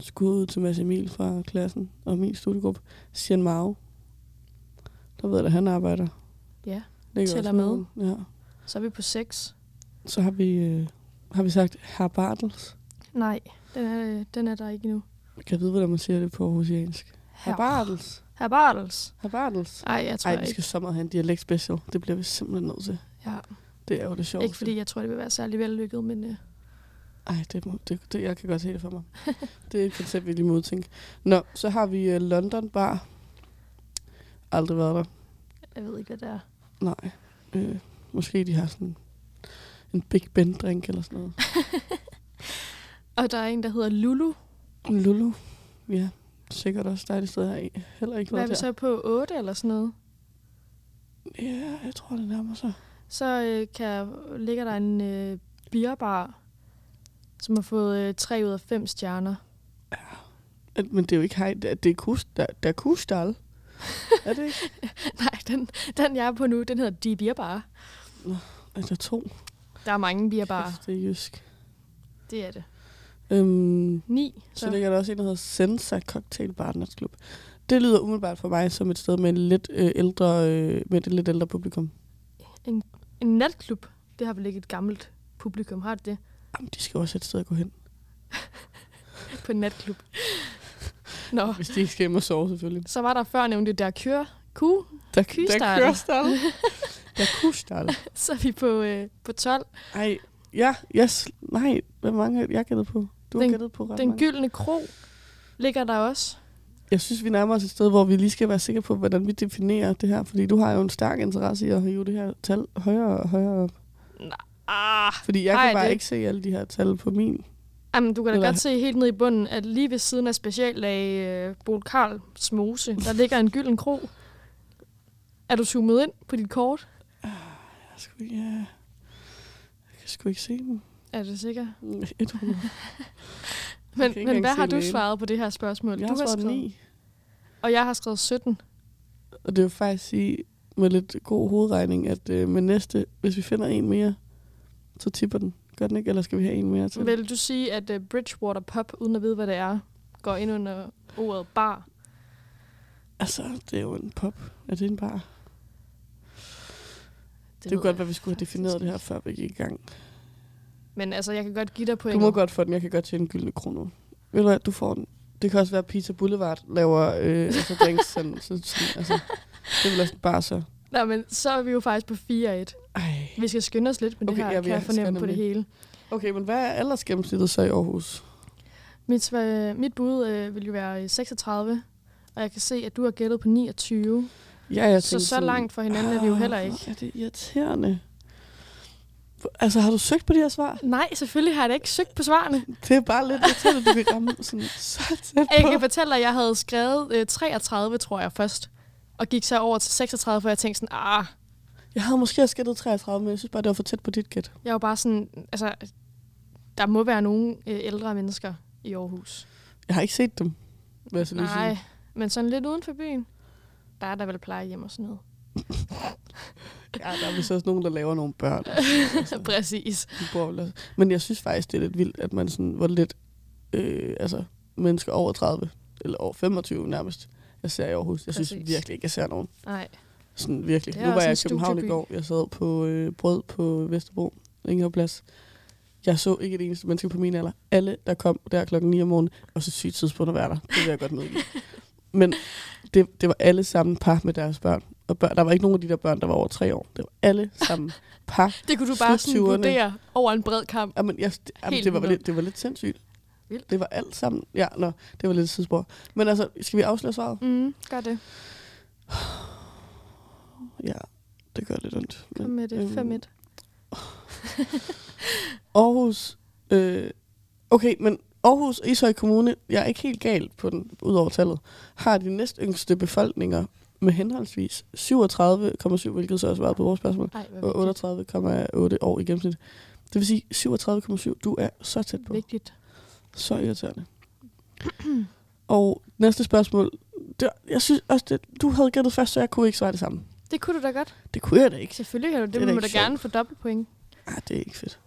Speaker 2: skud ud til Mads Emil fra klassen og min studiegruppe, Sien Mao. Der ved jeg, at han arbejder.
Speaker 3: Ja.
Speaker 2: Ligger
Speaker 3: Tæller
Speaker 2: også
Speaker 3: med.
Speaker 2: derude. Ja.
Speaker 3: Så er vi på 6.
Speaker 2: Så har vi øh, Har vi sagt herr Bartels?
Speaker 3: Nej, den er, øh, den er der ikke endnu.
Speaker 2: Kan jeg vide, hvordan man siger det på oceansk? Herr Bartels.
Speaker 3: Herr Bartels.
Speaker 2: Herr Bartels.
Speaker 3: Nej, jeg tror
Speaker 2: Ej, vi
Speaker 3: ikke.
Speaker 2: skal så meget have en dialekt special. Det bliver vi simpelthen nødt til.
Speaker 3: Ja.
Speaker 2: Det er jo det sjoveste.
Speaker 3: Ikke fordi jeg tror, det vil være særlig vellykket, men øh,
Speaker 2: Ej, det, må- det, det, jeg kan godt se det for mig. det er et koncept, vi lige må udtænke. Nå, så har vi uh, London Bar. Aldrig været der.
Speaker 3: jeg ved ikke, hvad det er.
Speaker 2: Nej. Øh, måske de har sådan en Big Ben drink eller sådan noget.
Speaker 3: Og der er en, der hedder Lulu.
Speaker 2: En Lulu. Ja, sikkert også dejligt sted her. i. Heller ikke
Speaker 3: Hvad er
Speaker 2: noget
Speaker 3: vi
Speaker 2: der.
Speaker 3: så på? 8 eller sådan noget?
Speaker 2: Ja, jeg tror, det nærmer sig.
Speaker 3: Så øh, kan, ligger der en øh, bierbar, som har fået øh, 3 ud af 5 stjerner.
Speaker 2: At- Men det er jo ikke hej, det er- det er kus, der, der er
Speaker 3: (laughs)
Speaker 2: kustal. er det ikke?
Speaker 3: (laughs) Nej, den, den jeg er på nu, den hedder De Bierbar.
Speaker 2: Er der Altså, to?
Speaker 3: Der er mange bierbarer.
Speaker 2: Kæft, Det er jysk.
Speaker 3: Det er det.
Speaker 2: Øhm,
Speaker 3: Ni.
Speaker 2: Så ligger der også en, der hedder Sensa Cocktail Partners Club. Det lyder umiddelbart for mig som et sted med, en lidt, øh, ældre, øh, med et lidt ældre publikum.
Speaker 3: En natklub. Det har vel ikke et gammelt publikum, har det det?
Speaker 2: Jamen, de skal jo også et sted at gå hen.
Speaker 3: På
Speaker 2: (laughs)
Speaker 3: en natklub. Nå,
Speaker 2: Hvis de ikke skal hjem og sove, selvfølgelig.
Speaker 3: så var der før nævnt det der kører ku,
Speaker 2: Der, der
Speaker 3: Kystarter.
Speaker 2: kører stalle. Der kustarte.
Speaker 3: (laughs) så er vi på, øh, på 12.
Speaker 2: Ej, ja, yes, nej. Hvor mange jeg gættede på? Du har
Speaker 3: Den-
Speaker 2: gættet på ret
Speaker 3: Den
Speaker 2: mange.
Speaker 3: gyldne kro ligger der også.
Speaker 2: Jeg synes, vi nærmer os et sted, hvor vi lige skal være sikre på, hvordan vi definerer det her. Fordi du har jo en stærk interesse i at hive det her tal højere og højere op.
Speaker 3: Ah,
Speaker 2: Fordi jeg kan
Speaker 3: Ej,
Speaker 2: bare
Speaker 3: det-
Speaker 2: ikke se alle de her tal på min.
Speaker 3: Jamen, du kan da
Speaker 2: Eller-
Speaker 3: godt se helt ned i bunden, at lige ved siden af speciallag øh, Bol Karl Smose, der ligger en gylden kro. Er du zoomet ind på dit kort?
Speaker 2: Jeg, skulle, ja, jeg kan sgu ikke se dem.
Speaker 3: Er det sikker?
Speaker 2: 100.
Speaker 3: Men,
Speaker 2: ikke
Speaker 3: men
Speaker 2: engang
Speaker 3: hvad
Speaker 2: se
Speaker 3: har du
Speaker 2: lægen.
Speaker 3: svaret på det her spørgsmål?
Speaker 2: Jeg
Speaker 3: du
Speaker 2: har svaret
Speaker 3: skrevet,
Speaker 2: 9.
Speaker 3: Og jeg har skrevet 17.
Speaker 2: Og det vil faktisk sige, med lidt god hovedregning, at øh, med næste, hvis vi finder en mere, så tipper den. Gør den ikke? Eller skal vi have en mere til?
Speaker 3: Vil du sige, at øh, Bridgewater Pub, uden at vide, hvad det er, går ind under ordet bar?
Speaker 2: Altså, det er jo en pop. Er det en bar? Det, det
Speaker 3: ved
Speaker 2: er godt,
Speaker 3: jeg
Speaker 2: hvad vi skulle have
Speaker 3: faktisk
Speaker 2: defineret det her,
Speaker 3: ikke.
Speaker 2: før vi gik i gang.
Speaker 3: Men altså, jeg kan godt give dig
Speaker 2: Du
Speaker 3: point.
Speaker 2: må godt få den. Jeg kan godt tjene en gyldne kroner. Ved du hvad? Du får den. Det kan også være, at Pizza Boulevard laver øh, altså drinks. Sådan, (laughs) sådan, sådan, altså, det vil også bare så.
Speaker 3: Nej, men så er vi jo faktisk på 4-1.
Speaker 2: Ej.
Speaker 3: Vi skal skynde os lidt med
Speaker 2: Okay,
Speaker 3: det her,
Speaker 2: ja, vi
Speaker 3: kan jeg
Speaker 2: skal
Speaker 3: fornemme på det
Speaker 2: nemlig.
Speaker 3: hele.
Speaker 2: Okay, men hvad er aldersgennemsnittet så i Aarhus?
Speaker 3: Mit, sva- mit bud øh, vil jo være øh, 36, og jeg kan se, at du har gættet på 29.
Speaker 2: Ja, jeg
Speaker 3: Så
Speaker 2: tænkte
Speaker 3: så
Speaker 2: sådan-
Speaker 3: langt fra hinanden er vi jo heller
Speaker 2: Ah,
Speaker 3: ikke.
Speaker 2: hvor Er det irriterende? Hvor- Altså, har du søgt på de her svar?
Speaker 3: Nej, selvfølgelig har jeg da ikke søgt på svarene.
Speaker 2: (laughs) Det er bare lidt irriterende, at du kan ramme sådan så tæt på.
Speaker 3: Jeg kan fortælle dig, at jeg havde skrevet øh, 33, tror jeg, først. Og gik så over til 36, for jeg tænkte sådan, ah,
Speaker 2: Jeg havde måske også gættet 33, men jeg synes bare, det var for tæt på dit gæt.
Speaker 3: jeg var bare sådan, altså, der må være nogle øh, ældre mennesker i Aarhus.
Speaker 2: Jeg har ikke set dem, vil jeg så lige
Speaker 3: Nej,
Speaker 2: sige.
Speaker 3: men sådan lidt uden for byen, der er der vel plejehjem og
Speaker 2: (laughs)
Speaker 3: sådan noget.
Speaker 2: Ja, der er vist også nogen, der laver nogle børn.
Speaker 3: (laughs) Præcis.
Speaker 2: altså, De bor vel også- Men jeg synes faktisk, det er lidt vildt, at man sådan, hvor lidt øh, altså, mennesker over 30, eller over 25 nærmest, jeg ser i Aarhus. Jeg synes
Speaker 3: Præcis.
Speaker 2: virkelig ikke, jeg ser nogen.
Speaker 3: Nej,
Speaker 2: Sådan virkelig.
Speaker 3: Det
Speaker 2: Nu
Speaker 3: er
Speaker 2: var
Speaker 3: også
Speaker 2: jeg i
Speaker 3: en
Speaker 2: København i
Speaker 3: studieby.
Speaker 2: går. Jeg sad på øh, brød på Vesterbro. Ingen plads. Jeg så ikke et eneste menneske på min alder. Alle, der kom der klokken 9 om morgenen, og så sygt tidspunkt at være der. Det vil jeg godt
Speaker 3: (laughs)
Speaker 2: medgive. Men det, det var alle sammen par med deres børn. Og børn, der var ikke nogen af de der børn, der var over tre år. Det var alle sammen par.
Speaker 3: det kunne du bare sådan
Speaker 2: Sluttyverne.
Speaker 3: vurdere over en bred kamp.
Speaker 2: Jamen, jeg, det- jamen,
Speaker 3: Helt
Speaker 2: det, var
Speaker 3: vildt.
Speaker 2: lidt, det var lidt sindssygt.
Speaker 3: Vildt.
Speaker 2: Det var alt sammen. Ja, nå, det var lidt sidespor. Men altså, skal vi afsløre svaret?
Speaker 3: Mm, gør det.
Speaker 2: Ja, det gør lidt ondt.
Speaker 3: Mm. Kom med det.
Speaker 2: Øhm,
Speaker 3: 5-1.
Speaker 2: Aarhus. Øh, okay, men Aarhus og Ishøj Kommune, jeg er ikke helt gal på den, ud over tallet, har de næstyngste befolkninger med henholdsvis 37,7, hvilket så også var på vores spørgsmål,
Speaker 3: Ej, hvor
Speaker 2: og 38,8 år i gennemsnit. Det vil sige 37,7. Du er så tæt på.
Speaker 3: vigtigt.
Speaker 2: Så irriterende. (clears throat) Og næste spørgsmål. Det, jeg synes også, det, du havde gættet først, så jeg kunne ikke svare det samme.
Speaker 3: Det kunne du da godt.
Speaker 2: Det kunne jeg da ikke.
Speaker 3: Selvfølgelig kan du det,
Speaker 2: Det er
Speaker 3: det
Speaker 2: da
Speaker 3: men må
Speaker 2: ikke
Speaker 3: da gerne få dobbeltpoint.
Speaker 2: Ah, det er ikke fedt.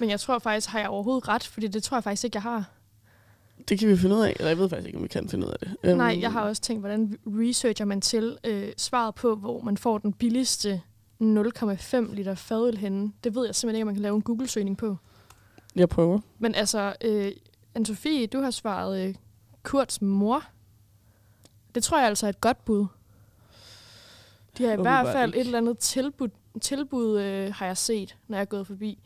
Speaker 3: Men jeg tror faktisk, har jeg overhovedet ret? Fordi det tror jeg faktisk ikke, jeg har.
Speaker 2: Det kan vi finde ud af. Eller jeg ved faktisk ikke, om vi kan finde ud af det.
Speaker 3: Øhm. Nej,
Speaker 2: Øhm,
Speaker 3: jeg har også tænkt, hvordan researcher man til øh, svaret på, hvor man får den billigste 0,5 liter fadøl henne. Det ved jeg simpelthen ikke, om man kan lave en Google-søgning på.
Speaker 2: Jeg prøver.
Speaker 3: Men altså, øh, Anne-Sophie, du har svaret øh, Kurts mor. Det tror jeg altså er et godt bud. De har i
Speaker 2: Åbenbart
Speaker 3: hvert fald
Speaker 2: ikke.
Speaker 3: et eller andet tilbud, tilbud øh, har jeg set, når jeg er gået forbi.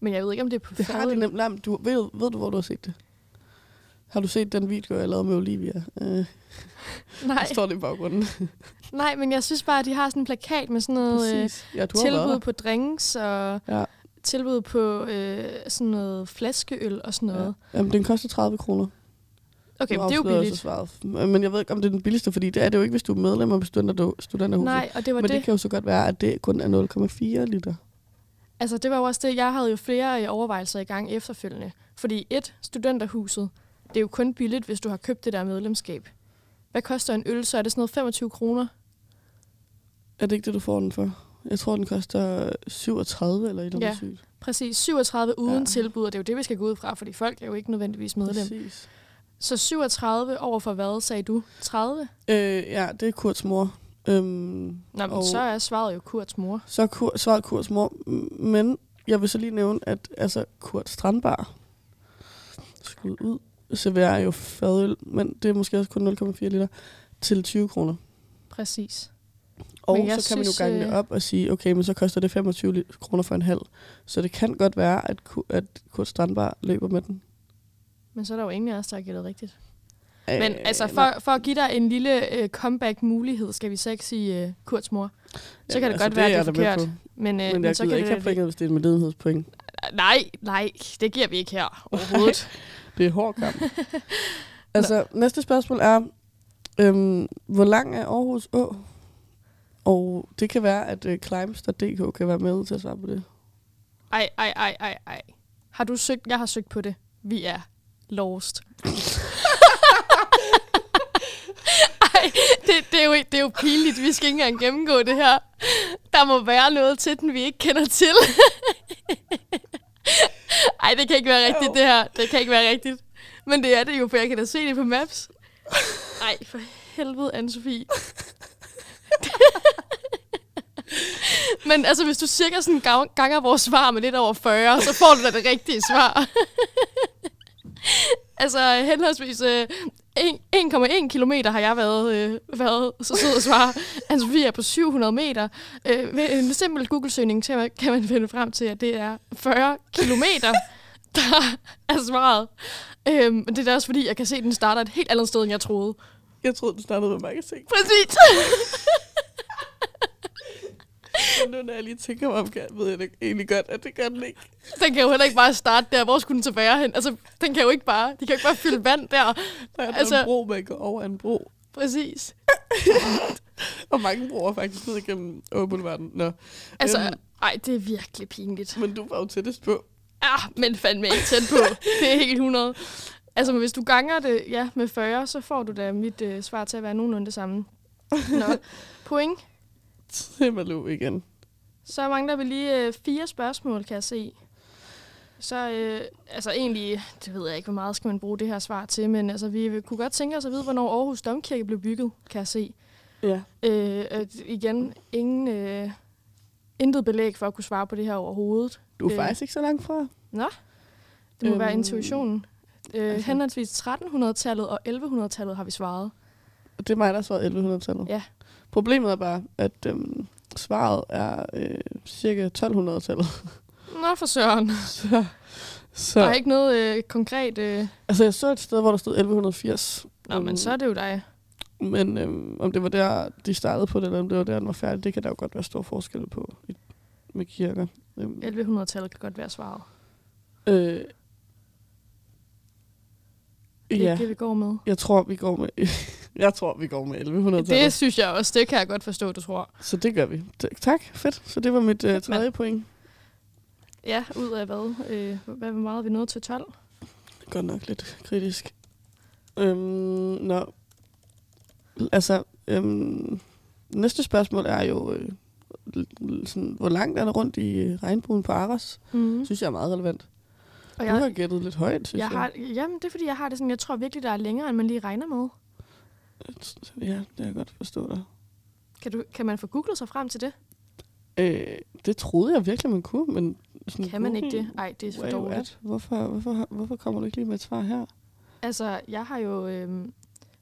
Speaker 3: Men jeg ved ikke, om det er på
Speaker 2: Det har de nemt. Nej, men du, ved, ved du, hvor du har set det? Har du set den video, jeg lavede med Olivia? Øh,
Speaker 3: Nej,
Speaker 2: der står det i
Speaker 3: (laughs)
Speaker 2: baggrunden.
Speaker 3: nej, men jeg synes bare, at de har sådan en plakat med sådan noget øh,
Speaker 2: Præcis. Ja, du har været
Speaker 3: tilbud
Speaker 2: der.
Speaker 3: på drinks og
Speaker 2: Ja.
Speaker 3: ja. tilbud på øh, sådan noget flaskeøl og sådan noget.
Speaker 2: Ja. Jamen, den koster 30 kroner.
Speaker 3: Ja. Okay,
Speaker 2: Nu
Speaker 3: men det er jo
Speaker 2: afslører jeg
Speaker 3: billigt.
Speaker 2: så Svaret. Men jeg ved ikke, om det er den billigste, fordi det er det jo ikke, hvis du er medlem af studenter, studenterhuset.
Speaker 3: Nej, og det var
Speaker 2: Men det, det kan jo så godt være, at det kun er 0,4 liter.
Speaker 3: Altså, det var jo også det, jeg havde jo flere øh, overvejelser i gang efterfølgende. Fordi et, studenterhuset, det er jo kun billigt, hvis du har købt det der medlemskab. Hvad koster en øl? Så er det sådan noget 25 kroner.
Speaker 2: Er det ikke det, du får den for? Jeg tror, den koster 37 eller et eller andet
Speaker 3: Ja,
Speaker 2: sygt.
Speaker 3: Præcis, 37 uden
Speaker 2: Ja.
Speaker 3: ja. tilbud, og det er jo det, vi skal gå ud fra, fordi folk er jo ikke nødvendigvis medlem.
Speaker 2: Præcis.
Speaker 3: Så 37 over for hvad, sagde du? 30?
Speaker 2: Øh, ja, det er Kurts mor. Øhm,
Speaker 3: Nå,
Speaker 2: Og-
Speaker 3: men og... så er svaret jo Kurts mor.
Speaker 2: så er Kur, svaret Kurts mor. M- Men jeg vil så lige nævne, at altså, Kurt Strandbar skud ud serverer jo fadøl, men det er måske også kun 0,4 liter, til 20 kroner.
Speaker 3: Præcis.
Speaker 2: Og så
Speaker 3: Men
Speaker 2: kan
Speaker 3: jeg
Speaker 2: synes, man jo
Speaker 3: synes,
Speaker 2: gange det
Speaker 3: øh,
Speaker 2: op og sige, okay, men så koster det 25 li- kroner for en halv. Så det kan godt være, at, Ku- at Kurt Strandbar løber med den.
Speaker 3: Men så er der jo ingen af os, der har gættet rigtigt.
Speaker 2: Øh,
Speaker 3: Men altså,
Speaker 2: nej.
Speaker 3: for, for at give dig en lille øh, comeback-mulighed, skal vi så ikke sige øh, Kurts mor. så kan det godt være,
Speaker 2: altså, er
Speaker 3: det er
Speaker 2: jeg da med
Speaker 3: forkert.
Speaker 2: på.
Speaker 3: Men, øh,
Speaker 2: Men jeg
Speaker 3: så kan
Speaker 2: gider ikke
Speaker 3: det,
Speaker 2: have pointet, hvis det er et medlidenhedspoint.
Speaker 3: Nej, nej, det giver vi ikke
Speaker 2: (laughs)
Speaker 3: her overhovedet.
Speaker 2: Det er hård
Speaker 3: (laughs)
Speaker 2: kamp. altså, næste spørgsmål er, øhm, hvor lang er Aarhus Å? Og det kan være, at øh, climbs.dk kan være med til at svare på det.
Speaker 3: Ej, ej, ej, ej, ej. Har du søgt? Jeg har søgt på det. Vi er lost. ej, det, det, er jo, det er jo pinligt. Vi skal ikke engang gennemgå det her. Der må være noget til den, vi ikke kender til. ej, det kan ikke være rigtigt, det her. Det kan ikke være rigtigt. Men det er det jo, for jeg kan da se det på maps. Ej, for helvede, Anne-Sophie. Men altså, hvis du cirka sådan gav- ganger vores svar med lidt over 40, så får du da det rigtige svar. (laughs) altså, henholdsvis øh, en- 1,1 kilometer har jeg været, øh, været så sød at svare. Altså, vi er på 700 meter. Øh, ved en simpel Google-søgning til- kan man finde frem til, at det er 40 kilometer, (laughs) der er svaret. Øhm, men det er da også fordi, jeg kan se, at den starter et helt andet sted, end jeg troede.
Speaker 2: Jeg troede, den startede med magasin.
Speaker 3: (laughs) Præcis!
Speaker 2: Men nu, når jeg lige tænker mig om, kan- ved jeg da egentlig godt, at det gør den ikke.
Speaker 3: Den kan jo heller ikke bare starte der. Hvor skulle den så være hen? Altså, den kan jo ikke bare... De kan jo ikke bare fylde vand der.
Speaker 2: Der er altså...
Speaker 3: Altså-
Speaker 2: en bro, man går over en bro.
Speaker 3: Præcis.
Speaker 2: Og mange broer faktisk ned igennem Å Boulevarden. Nå.
Speaker 3: Altså,
Speaker 2: Øhm.
Speaker 3: ej, det er virkelig pinligt.
Speaker 2: Men du var jo tættest på.
Speaker 3: Ah, men fandme ikke tæt på.
Speaker 2: (laughs)
Speaker 3: Det er helt 100. Altså, men hvis du ganger det ja, med 40, så får du da mit øh, svar til at være nogenlunde det samme.
Speaker 2: (laughs)
Speaker 3: Nå, point.
Speaker 2: Simmerlo igen.
Speaker 3: Så mangler vi lige øh, fire spørgsmål, kan jeg se. Så øh, altså egentlig, det ved jeg ikke, hvor meget skal man bruge det her svar til, men altså, vi vil- kunne godt tænke os at vide, hvornår Aarhus Domkirke blev bygget, kan jeg se.
Speaker 2: Ja.
Speaker 3: Øh, øh, igen, ingen, øh, intet belæg for at kunne svare på det her overhovedet.
Speaker 2: Du er øh.
Speaker 3: Øh.
Speaker 2: faktisk ikke så langt fra.
Speaker 3: Det må øhm, være
Speaker 2: Øhm,
Speaker 3: intuitionen. Øh,
Speaker 2: altså-
Speaker 3: altså. Henholdsvis 1300-tallet og 1100-tallet har vi svaret.
Speaker 2: Og det er mig, der har svaret 1100-tallet.
Speaker 3: Ja.
Speaker 2: Problemet er bare, at øhm, svaret er øh, cirka
Speaker 3: (laughs)
Speaker 2: 1200-tallet.
Speaker 3: Nå for søren.
Speaker 2: Så, så
Speaker 3: Der er ikke noget øh, konkret... Øh.
Speaker 2: altså, jeg så et sted, hvor der stod 1180.
Speaker 3: Nå, men så er det jo dig.
Speaker 2: Men øhm, om det var der, de startede på det, eller om det var der, den var færdig, det kan der jo godt være stor forskel på i, med kirker. Øhm,
Speaker 3: 1100-tallet kan godt være svaret.
Speaker 2: øh,
Speaker 3: Det er
Speaker 2: ja,
Speaker 3: ikke det, vi går med.
Speaker 2: jeg tror, vi går med... (laughs) jeg tror, vi går med 1100-tallet.
Speaker 3: Det synes jeg også. Det kan jeg godt forstå, du tror.
Speaker 2: Så det gør vi. Det- Tak, fedt. Så det var mit øh, tredje
Speaker 3: mand.
Speaker 2: point.
Speaker 3: Ja, ud af hvad? Øh, hvad hvor meget er vi nået til 12?
Speaker 2: Godt nok lidt kritisk. Øhm, nå. Altså, øhm, næste spørgsmål er jo, øh, l- l- sådan, hvor langt er der rundt i øh, regnbuen på Aros?
Speaker 3: Mm.
Speaker 2: Det synes jeg er meget relevant.
Speaker 3: Og
Speaker 2: Du har
Speaker 3: jeg,
Speaker 2: gættet lidt højt, synes
Speaker 3: jeg
Speaker 2: jeg.
Speaker 3: har, jamen, det er fordi, jeg har det sådan, jeg tror virkelig, der er længere, end man lige regner med.
Speaker 2: Ja, det kan jeg godt forstå dig.
Speaker 3: Kan, du, kan man få googlet sig frem til det?
Speaker 2: Øh, det troede jeg virkelig, man kunne, men Sådan,
Speaker 3: Kan man ikke
Speaker 2: Google,
Speaker 3: det? Nej, det er for
Speaker 2: where you
Speaker 3: dårligt.
Speaker 2: at? Hvorfor, hvorfor, hvorfor kommer du ikke lige med et svar her?
Speaker 3: Altså, jeg har jo øhm,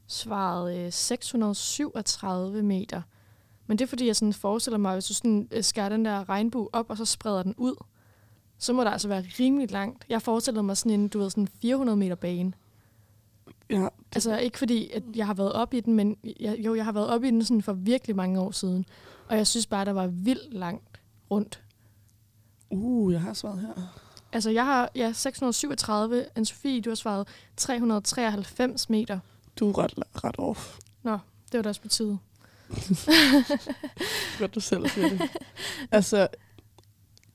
Speaker 3: svaret øh, 637 meter. Men det er, fordi jeg sådan forestiller mig, at hvis du sådan, øh, skærer den der regnbue op, og så spreder den ud, så må der altså være rimelig langt. Jeg forestillede mig sådan en, du ved, sådan 400 meter bane.
Speaker 2: Ja, det, altså,
Speaker 3: Altså ikke fordi, at jeg har været op i den, men jeg, jo, jeg har været op i den sådan for virkelig mange år siden. Og jeg synes bare, der var vildt langt rundt.
Speaker 2: uh, jeg har svaret her.
Speaker 3: Altså jeg har ja, 637, Anne-Sophie, du har svaret 393 meter.
Speaker 2: Du er ret, ret off.
Speaker 3: Det var da også på tide.
Speaker 2: Godt, du selv siger det. (laughs) altså,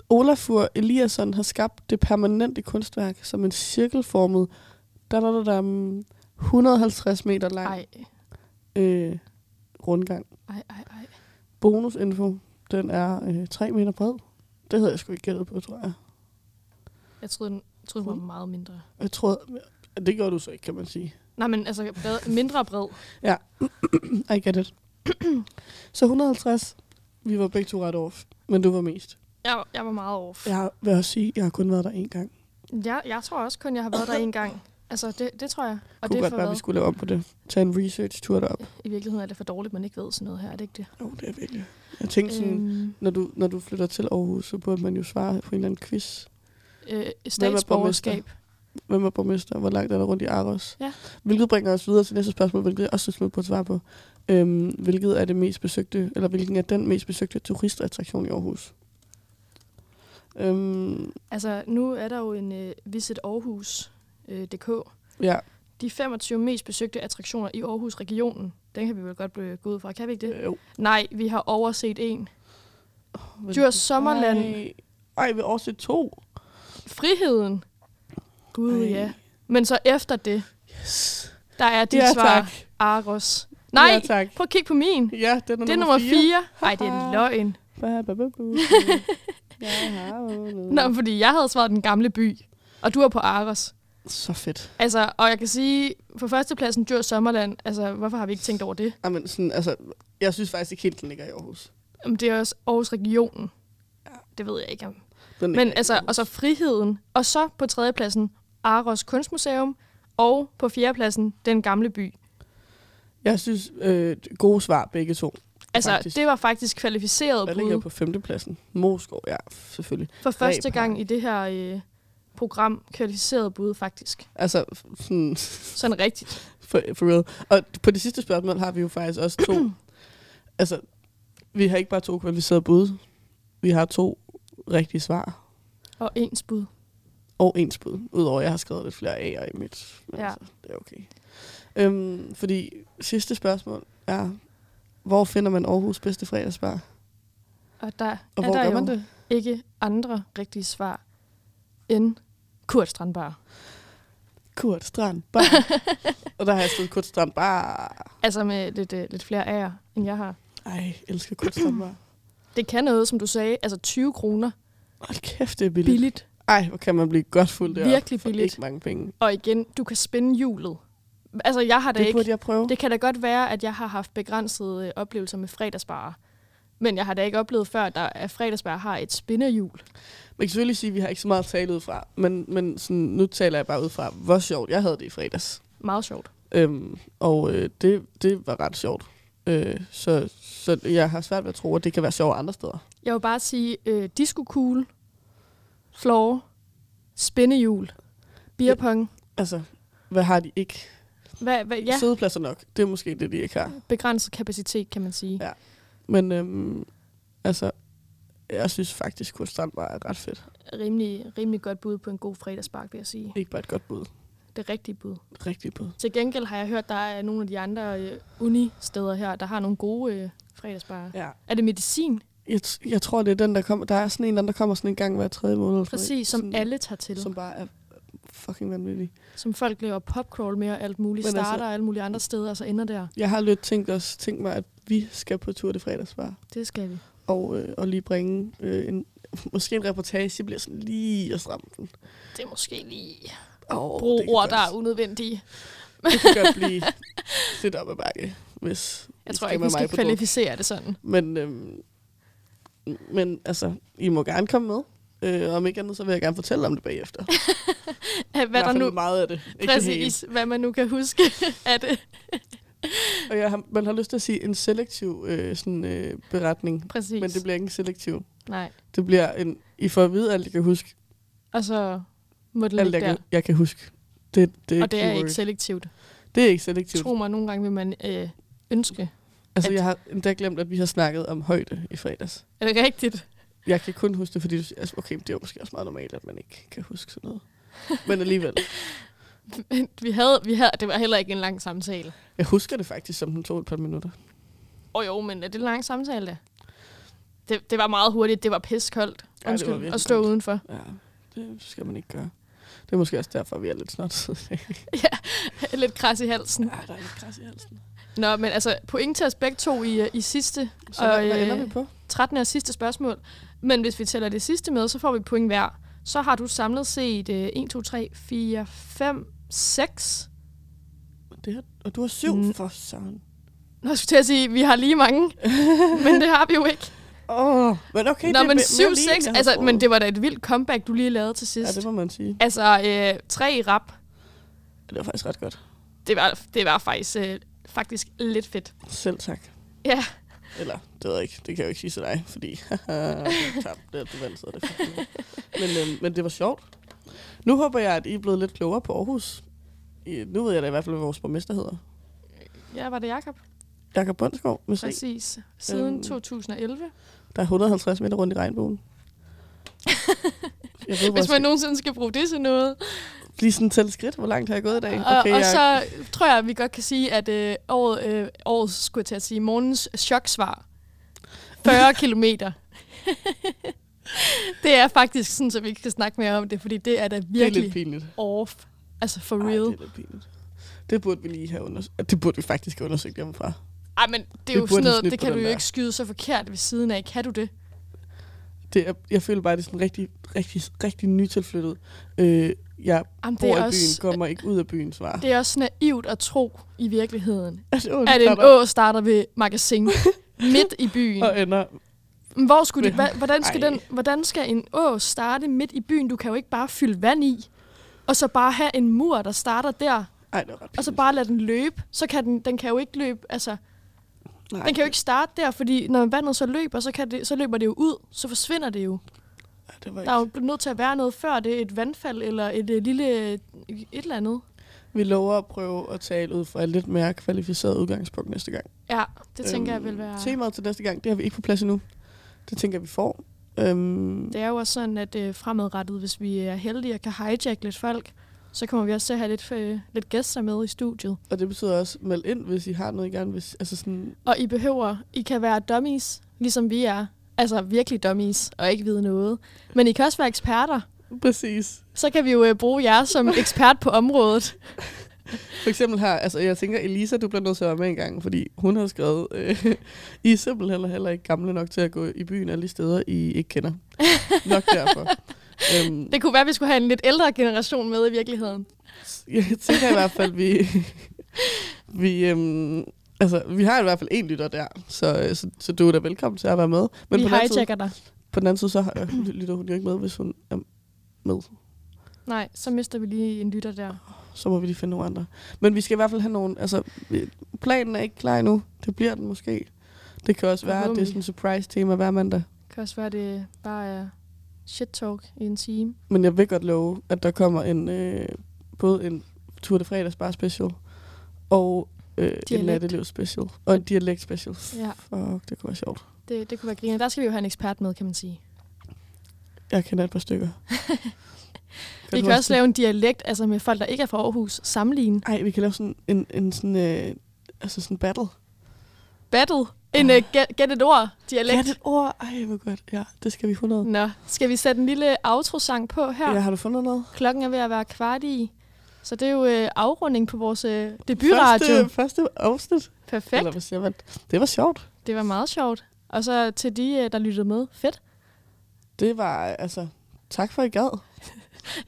Speaker 2: Olafur Eliasson har skabt det permanente kunstværk som en cirkelformet der, der, der, der, 150 meter lang
Speaker 3: Ej,
Speaker 2: øh, rundgang.
Speaker 3: ej, ej, ej.
Speaker 2: Bonusinfo, den er øh, 3 meter bred. Det havde jeg sgu ikke gættet på, tror jeg.
Speaker 3: Jeg troede, den, jeg troede, den var
Speaker 2: Cool.
Speaker 3: meget mindre.
Speaker 2: Jeg troede, det gjorde du så ikke, kan man sige.
Speaker 3: Nej, men altså bred, mindre bred. Mm,
Speaker 2: I get it. (clears throat) så 150. Vi var begge to ret off, men du var mest.
Speaker 3: Jeg, var- jeg var meget off.
Speaker 2: Jeg vil også sige, at jeg har kun været der én gang.
Speaker 3: Jeg, jeg tror også kun, jeg har været der en gang. Altså, det, det tror jeg.
Speaker 2: Og
Speaker 3: Og
Speaker 2: kunne
Speaker 3: det er
Speaker 2: godt
Speaker 3: for
Speaker 2: være, at vi
Speaker 3: hvad?
Speaker 2: skulle lave om på det. Tag en research-tur derop.
Speaker 3: I virkeligheden er det for dårligt, man ikke ved sådan noget her. Er det ikke det?
Speaker 2: Jo, oh, det er virkelig. Jeg tænkte sådan, øhm.
Speaker 3: Øhm,
Speaker 2: når, du, når du flytter til Aarhus, så burde man jo svare på en eller anden quiz.
Speaker 3: øh, statsborgerskab.
Speaker 2: Hvem er borgmester? Hvor langt er der rundt i Aros?
Speaker 3: Ja.
Speaker 2: Hvilket bringer os videre til næste spørgsmål, hvilket jeg også synes, man burde svare på. Øhm, hvilket er det mest besøgte, eller hvilken er den mest besøgte turistattraktion i Aarhus? Øhm,
Speaker 3: Altså, nu er der jo en øh, Visit Aarhus.dk.
Speaker 2: ja,
Speaker 3: De 25 mest besøgte attraktioner i Aarhus-regionen. Den kan vi vel godt blive gået ud fra. Kan vi ikke det?
Speaker 2: øh, jo.
Speaker 3: Nej, vi har overset en. Djurs Sommerland.
Speaker 2: Ej, ej ved årsæt to.
Speaker 3: Friheden. Gud,
Speaker 2: Ej.
Speaker 3: ja. Men så efter det,
Speaker 2: Yes.
Speaker 3: der er dit
Speaker 2: Ja,
Speaker 3: svar.
Speaker 2: tak.
Speaker 3: Aros. Nej,
Speaker 2: Ja, tak.
Speaker 3: prøv at kigge på min.
Speaker 2: Ja, den er
Speaker 3: Det er nummer 4. Nej, det er
Speaker 2: Haha.
Speaker 3: en løgn.
Speaker 2: Ba, ba, ba,
Speaker 3: (laughs)
Speaker 2: bu. Jeg har vundet.
Speaker 3: Nå, fordi jeg havde svaret den gamle by, og du er på Aros.
Speaker 2: Så fedt.
Speaker 3: Altså, og jeg kan sige, på førstepladsen Djurs Sommerland, altså, hvorfor har vi ikke tænkt over det?
Speaker 2: Jamen, sådan, altså, jeg synes faktisk ikke helt, den ligger i Aarhus.
Speaker 3: Jamen, det er også Aarhus Regionen. Det ved jeg ikke om.
Speaker 2: Den ligger
Speaker 3: Men
Speaker 2: ikke i
Speaker 3: altså,
Speaker 2: Aarhus.
Speaker 3: og så friheden. Og så på tredjepladsen Aros Kunstmuseum, og på fjerdepladsen Den Gamle By.
Speaker 2: Jeg synes, øh, gode svar begge to.
Speaker 3: Altså,
Speaker 2: Faktisk.
Speaker 3: det var faktisk kvalificeret
Speaker 2: Hvad ligger
Speaker 3: bud
Speaker 2: på femtepladsen? Moskov, ja, selvfølgelig.
Speaker 3: for første
Speaker 2: Ræb
Speaker 3: gang
Speaker 2: her.
Speaker 3: i det her øh, program. Kvalificeret bud, faktisk.
Speaker 2: Altså, f- sådan, (laughs)
Speaker 3: Sådan rigtigt.
Speaker 2: for, for real. Og på det sidste spørgsmål har vi jo faktisk også to. (clears throat) altså, vi har ikke bare to kvalificerede bud. Vi har to rigtige svar.
Speaker 3: Og ens bud.
Speaker 2: Og ens bud. Udover, at jeg har skrevet lidt flere A'er i mit. Men
Speaker 3: Ja.
Speaker 2: altså, det er okay. Øhm, fordi sidste spørgsmål er, hvor finder man Aarhus bedste fredagsbar?
Speaker 3: Og der
Speaker 2: Og
Speaker 3: er
Speaker 2: hvor
Speaker 3: der
Speaker 2: gør
Speaker 3: jo
Speaker 2: man det?
Speaker 3: ikke andre rigtige svar end Kurt Strandbar.
Speaker 2: Kurt Strand Bar.
Speaker 3: (laughs)
Speaker 2: og der har jeg stået Kurt Strand Bar.
Speaker 3: Altså med lidt, øh, lidt flere ærer, end jeg har.
Speaker 2: Ej, elsker Kurt Strand Bar.
Speaker 3: Det kan noget, som du sagde, altså 20 kroner
Speaker 2: Hold kæft, det er billigt. billigt.
Speaker 3: billigt.
Speaker 2: Ej, hvor kan man blive godt fuld deroppe.
Speaker 3: Virkelig
Speaker 2: for
Speaker 3: billigt.
Speaker 2: ikke mange penge.
Speaker 3: Og igen, du kan spænde hjulet. Altså jeg har da
Speaker 2: Det
Speaker 3: ikke...
Speaker 2: burde jeg prøve.
Speaker 3: Det kan da godt være, at jeg har haft begrænsede øh, oplevelser med fredagsbarer. Men jeg har da ikke oplevet før, at der er fredagsbarer har et spinderhjul.
Speaker 2: Man kan selvfølgelig sige, at vi har ikke så meget talt ud fra, men, men sådan, nu taler jeg bare ud fra, hvor sjovt jeg havde det i fredags.
Speaker 3: Meget sjovt.
Speaker 2: Øhm, og øh, det, det var ret sjovt. Øh, så, så jeg har svært ved at tro, at det kan være sjovt andre steder.
Speaker 3: Jeg vil bare sige, øh, diskokugle, floor, spindehjul, beerpong.
Speaker 2: Altså, hvad har de ikke?
Speaker 3: Hvad, hvad, ja,
Speaker 2: Ja. Sædepladser nok. Det er måske det, de ikke har.
Speaker 3: begrænset kapacitet, kan man sige.
Speaker 2: Ja. Men øhm, altså, jeg synes faktisk, at Strand var ret fedt.
Speaker 3: Rimelig, rimelig godt bud på en god fredagspark, vil jeg sige.
Speaker 2: Ikke bare et godt bud.
Speaker 3: Det rigtige bud.
Speaker 2: Rigtigt bud.
Speaker 3: Til gengæld har jeg hørt, der er nogle af de andre øh, uni-steder her, der har nogle gode øh, fredagsbarer. Ja.
Speaker 2: Ja.
Speaker 3: Er det medicin?
Speaker 2: Jeg, t- jeg tror, det er den, der kommer. Der er sådan en eller anden, der kommer sådan en gang hver tredje måned. eller sådan
Speaker 3: Præcis, som
Speaker 2: sådan,
Speaker 3: alle tager til.
Speaker 2: Som bare er fucking vanvittig.
Speaker 3: Som folk laver popcrawl med og alt muligt.
Speaker 2: Men
Speaker 3: starter
Speaker 2: altså-
Speaker 3: og alle mulige andre steder, og så ender der.
Speaker 2: Jeg har lidt tænkt, os, tænkt mig, at vi skal på tur til fredagsbar.
Speaker 3: Det skal vi.
Speaker 2: Og, øh, og lige bringe øh, en, (laughs) måske en reportage. Det bliver sådan lige at stramme den.
Speaker 3: Det er måske lige
Speaker 2: Oh,
Speaker 3: brug ord, der er unødvendige.
Speaker 2: Det kan godt blive lidt op ad bakke, hvis
Speaker 3: (laughs) Jeg
Speaker 2: I
Speaker 3: tror
Speaker 2: skal
Speaker 3: ikke,
Speaker 2: med
Speaker 3: vi skal
Speaker 2: mig på tur.
Speaker 3: kvalificere det sådan.
Speaker 2: Men, øhm, men altså, I må gerne komme med. Øh, og om ikke andet, så vil jeg gerne fortælle om det bagefter.
Speaker 3: Af
Speaker 2: I
Speaker 3: Hvad der
Speaker 2: hvert fald
Speaker 3: nu
Speaker 2: meget af det. Ikke det hele.
Speaker 3: præcis, hvad man nu kan huske (laughs) af det.
Speaker 2: Og jeg har, man har lyst til at sige en selektiv øh, sådan, øh, beretning.
Speaker 3: Præcis.
Speaker 2: Men det bliver ikke en selektiv.
Speaker 3: Nej.
Speaker 2: Det bliver en, I får at vide alt, jeg kan huske.
Speaker 3: Og så må det
Speaker 2: Alt,
Speaker 3: ligge
Speaker 2: jeg
Speaker 3: der.
Speaker 2: kan, jeg kan huske. Det, det,
Speaker 3: Og det er
Speaker 2: keyword.
Speaker 3: ikke selektivt.
Speaker 2: det er ikke selektivt.
Speaker 3: Tro mig, nogle gange vil man øh, ønske.
Speaker 2: Altså,
Speaker 3: at-
Speaker 2: jeg har endda glemt, at vi har snakket om højde i fredags.
Speaker 3: Er det rigtigt?
Speaker 2: Jeg kan kun huske det, fordi du siger, altså, okay, det er jo måske også meget normalt, at man ikke kan huske sådan noget. Men alligevel.
Speaker 3: Vi havde, vi havde, det var heller ikke en lang samtale.
Speaker 2: Jeg husker det faktisk, som den tog et par minutter.
Speaker 3: Åh oh, jo, men er det en lang samtale da? Det, det var meget hurtigt. Det var piskoldt.
Speaker 2: var
Speaker 3: Undskyld,
Speaker 2: virkelig
Speaker 3: at stå
Speaker 2: koldt.
Speaker 3: udenfor. (laughs)
Speaker 2: Ja, det skal man ikke gøre. Det er måske også derfor, vi er lidt snart. (laughs)
Speaker 3: Lidt kras i halsen.
Speaker 2: Ja, der er lidt græs i halsen.
Speaker 3: Nå, men altså, point til os begge to i, øh, i sidste,
Speaker 2: Så hvad, hvad
Speaker 3: øh,
Speaker 2: ender vi på?
Speaker 3: 13. og sidste spørgsmål. Men hvis vi tæller det sidste med, så får vi et point hver. Så har du samlet set øh, 1, 2, 3, 4, 5, 6.
Speaker 2: Det her, og du har syv
Speaker 3: Mm.
Speaker 2: for søren.
Speaker 3: Nå, jeg skulle til at sige, vi har lige
Speaker 2: (laughs)
Speaker 3: mange, men det har vi jo ikke.
Speaker 2: Åh, oh, men okay.
Speaker 3: Nå,
Speaker 2: det er
Speaker 3: men
Speaker 2: me- mere
Speaker 3: 7,
Speaker 2: lige,
Speaker 3: 6,
Speaker 2: end jeg
Speaker 3: altså,
Speaker 2: havde
Speaker 3: men
Speaker 2: troet.
Speaker 3: det var da et vildt comeback, du lige lavede til
Speaker 2: Ja,
Speaker 3: sidst.
Speaker 2: det må man sige.
Speaker 3: Altså, øh, tre i rap,
Speaker 2: Det var faktisk ret godt.
Speaker 3: det var, det var faktisk, øh, faktisk lidt fedt.
Speaker 2: Selv tak.
Speaker 3: Ja,
Speaker 2: Eller, det ved jeg ikke. Det kan jeg jo ikke sige til dig, fordi (laughs) haha, du tabte, at du vandt, så er det fandme. men, øhm, men det var sjovt. Nu håber jeg, at I er blevet lidt klogere på Aarhus. I, nu ved jeg da i hvert fald, hvad vores borgmester hedder.
Speaker 3: ja var det Jakob?
Speaker 2: Jakob Bundsgaard, med C.
Speaker 3: Præcis. Siden
Speaker 2: Øhm.
Speaker 3: 2011.
Speaker 2: Der er 150 meter rundt i
Speaker 3: (laughs)
Speaker 2: regnbuen. Jeg ved,
Speaker 3: Hvis
Speaker 2: hvor
Speaker 3: man
Speaker 2: man nu...
Speaker 3: nogensinde skal bruge det til noget.
Speaker 2: Lige sådan tælle skridt. Hvor langt har jeg gået i dag?
Speaker 3: Okay, og, og
Speaker 2: jeg...
Speaker 3: så tror jeg, at vi godt kan sige, at øh, året, øh, årets, skulle jeg til at sige, morgens choksvar,
Speaker 2: (laughs)
Speaker 3: 40 kilometer. det er faktisk sådan, så vi ikke skal snakke mere om det, fordi det er da
Speaker 2: Det er lidt
Speaker 3: virkelig
Speaker 2: pinligt.
Speaker 3: off. Altså for
Speaker 2: Ej,
Speaker 3: real.
Speaker 2: det er lidt pinligt. Det burde vi lige have undersøgt. Det burde vi faktisk have undersøgt hjemmefra.
Speaker 3: Ej, men det er
Speaker 2: Vi
Speaker 3: jo
Speaker 2: burde
Speaker 3: sådan
Speaker 2: have
Speaker 3: noget,
Speaker 2: snydt
Speaker 3: det
Speaker 2: på
Speaker 3: kan
Speaker 2: den
Speaker 3: du jo
Speaker 2: der.
Speaker 3: ikke skyde så forkert ved siden af. Kan du det?
Speaker 2: Det er, jeg føler bare, at det er sådan rigtig, rigtig, rigtig nytilflyttet. Øh, jeg
Speaker 3: Jamen, det,
Speaker 2: bor
Speaker 3: er
Speaker 2: i byen,
Speaker 3: også,
Speaker 2: kommer ikke ud af byen, svar. (laughs) Altså,
Speaker 3: det er også naivt at tro i virkeligheden,
Speaker 2: at,
Speaker 3: at en å starter ved
Speaker 2: (laughs)
Speaker 3: magasin midt i byen.
Speaker 2: og ender.
Speaker 3: Men Hvor skulle de,
Speaker 2: Hvem?
Speaker 3: hva- hvordan, skal
Speaker 2: Ej.
Speaker 3: den, hvordan skal en å starte midt i byen? Du kan jo ikke bare fylde vand i, og så bare have en mur, der starter der,
Speaker 2: Ej, det var ret
Speaker 3: og så
Speaker 2: pinligt.
Speaker 3: bare lade den løbe. Så kan den, den kan jo ikke løbe, altså,
Speaker 2: Nej,
Speaker 3: den kan jo ikke starte der, fordi når vandet så løber, så, kan det, så løber det jo ud, så forsvinder det jo.
Speaker 2: ej, det var
Speaker 3: Der er jo
Speaker 2: ikke.
Speaker 3: nødt til at være noget før, det er et vandfald eller et, øh, lille øh, et eller andet.
Speaker 2: Vi lover at prøve at tale ud fra et lidt mere kvalificeret udgangspunkt næste gang.
Speaker 3: Ja, det tænker
Speaker 2: Øhm,
Speaker 3: jeg vil være...
Speaker 2: Temaet til næste gang, det har vi ikke på plads endnu. Det tænker jeg, vi får. Øhm,
Speaker 3: Det er jo også sådan, at øh, fremadrettet, hvis vi er heldige og kan hijack lidt folk, så kommer vi også til at have lidt, øh, lidt gæster med i studiet.
Speaker 2: og det betyder også, meld ind, hvis I har noget, I gerne vil... s- Altså sådan,
Speaker 3: Og I behøver, I kan være dummies, ligesom vi er. Altså virkelig dummies, og ikke vide noget. Men I kan også være eksperter.
Speaker 2: præcis.
Speaker 3: Så kan vi jo øh, bruge jer (laughs) som ekspert på området.
Speaker 2: For eksempel her, altså jeg tænker, Elisa, du bliver nødt til at være med en gang, fordi hun har skrevet, øh, (laughs) I er simpelthen heller ikke gamle nok til at gå i byen alle de steder, I ikke kender. Nok
Speaker 3: (laughs)
Speaker 2: derfor. øhm,
Speaker 3: Det kunne være, at vi skulle have en lidt ældre generation med i virkeligheden.
Speaker 2: Jeg tænker i hvert fald, vi... (laughs) vi øhm, altså, vi har i hvert fald en lytter der, så, øh, så, så du er da velkommen til at være med.
Speaker 3: Men vi
Speaker 2: på, den anden side,
Speaker 3: hijacker dig.
Speaker 2: på den anden side, så har- (clears throat) øh, lytter hun jo ikke med, hvis hun er med.
Speaker 3: Nej, så mister vi lige en lytter der.
Speaker 2: Så må vi lige finde nogle andre. Men vi skal i hvert fald have nogle... Altså, vi- planen er ikke klar endnu. Det bliver den måske. Det kan også være, at det er sådan et surprise-tema hver mandag.
Speaker 3: Det kan også være, at det bare er shit talk i en time.
Speaker 2: Men jeg vil godt love, at der kommer en, øh, både en Tour de Fredags bare special, og øh, en
Speaker 3: Dialekt.
Speaker 2: natteliv special, og en dialekt special.
Speaker 3: Ja.
Speaker 2: Fuck, det kunne være sjovt.
Speaker 3: Det, det kunne være griner. Der skal vi jo have en ekspert med, kan man sige.
Speaker 2: Jeg kender et par
Speaker 3: (laughs)
Speaker 2: stykker.
Speaker 3: Vi kan også lave en dialekt altså med folk, der ikke er fra Aarhus. Sammenligne.
Speaker 2: Nej, vi kan lave sådan en, en sådan, øh, altså sådan battle.
Speaker 3: Battle. En uh, gæt, gæt et ord. Dialekt.
Speaker 2: Ja, det ord. Ej, hvor godt. Ja, det skal vi 100.
Speaker 3: Nå, skal vi sætte en lille outro-sang på her?
Speaker 2: Ja,
Speaker 3: Ja.
Speaker 2: har du fundet noget?
Speaker 3: Klokken er ved at være kvart i, så det er jo øh, afrunding på vores øh, debutradio.
Speaker 2: Første, første afsnit.
Speaker 3: Perfekt,
Speaker 2: Eller hvad siger man? Det var sjovt.
Speaker 3: det var meget sjovt. Og så til de, øh, der lyttede med, fedt.
Speaker 2: Det var, øh, altså, tak for i gad.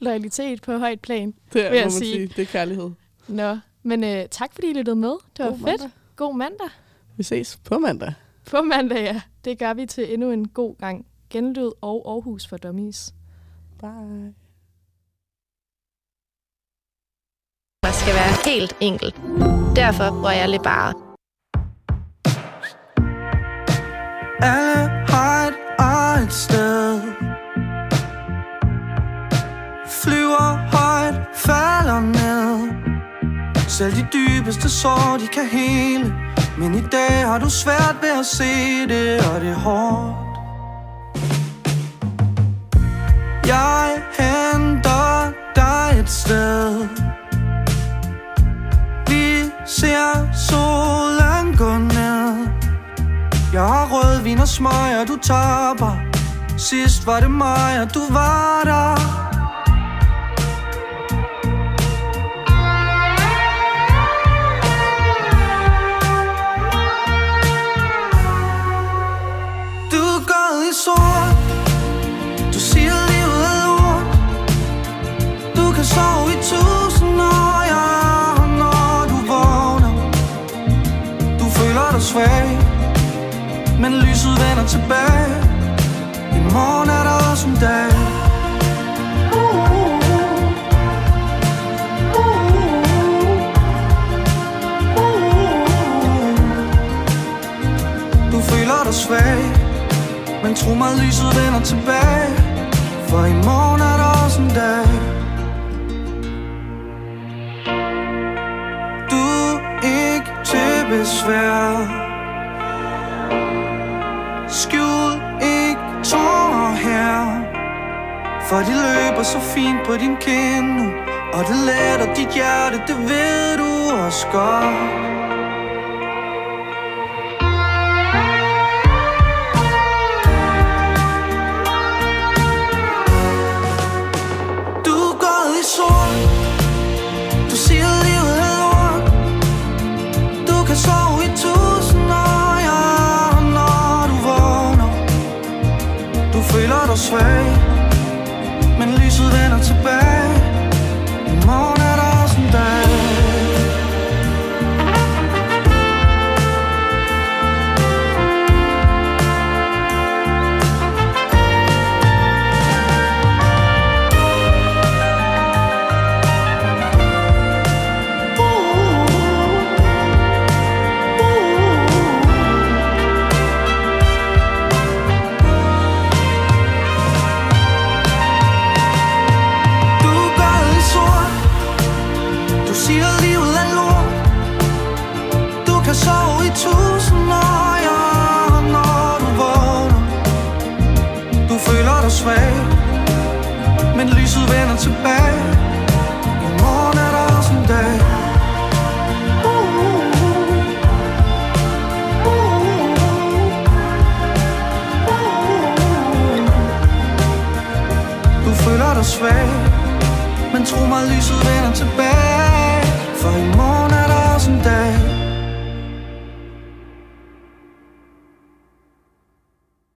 Speaker 3: Loyalitet på højt plan.
Speaker 2: Det er,
Speaker 3: Vil jeg
Speaker 2: må man
Speaker 3: sige.
Speaker 2: sige. Det er kærlighed.
Speaker 3: Nå, men øh, tak fordi I lyttede med. Det var
Speaker 2: God
Speaker 3: fedt.
Speaker 2: mandag.
Speaker 3: God mandag.
Speaker 2: Vi ses på mandag.
Speaker 3: På mandag, ja. Det gør vi til endnu en god gang. Genlyd og Aarhus for Dummies.
Speaker 2: Bye.
Speaker 6: Der skal være helt enkelt. Derfor bruger jeg lidt bare.
Speaker 5: Alle har et eget sted Flyver højt, falder ned Selv de dybeste sår, de kan hele Men i dag har du svært ved at se det, og det er hårdt Jeg henter dig et sted Vi ser solen gå ned jeg har rødvin og smøg, og du taber Sidst var det mig, og du var der Du er gået i sort Du siger livet er lort Du kan sove i tusind år, ja og Når du vågner Du føler dig svag men lyset vender tilbage I morgen er der også en dag Du føler dig svag Men tro mig, lyset vender tilbage For i morgen er der også en dag Du er ikke til besvær Skjul ikke tårer her For de løber så fint på din kind nu Og det letter dit hjerte, det ved du også godt Du er gået i sort. Du siger, livet er lort. Du kan sove i tusind år, ja, og når du vågner Du føler dig svag Men lyset vender tilbage I morgen er der også en dag Du er gået i sort Du siger livet er lort Du kan sove i tusind år ja, og Når du vågner Du føler dig svag Men lyset vender tilbage I morgen er der også en dag Du føler dig svag men tro mig, lyset vender tilbage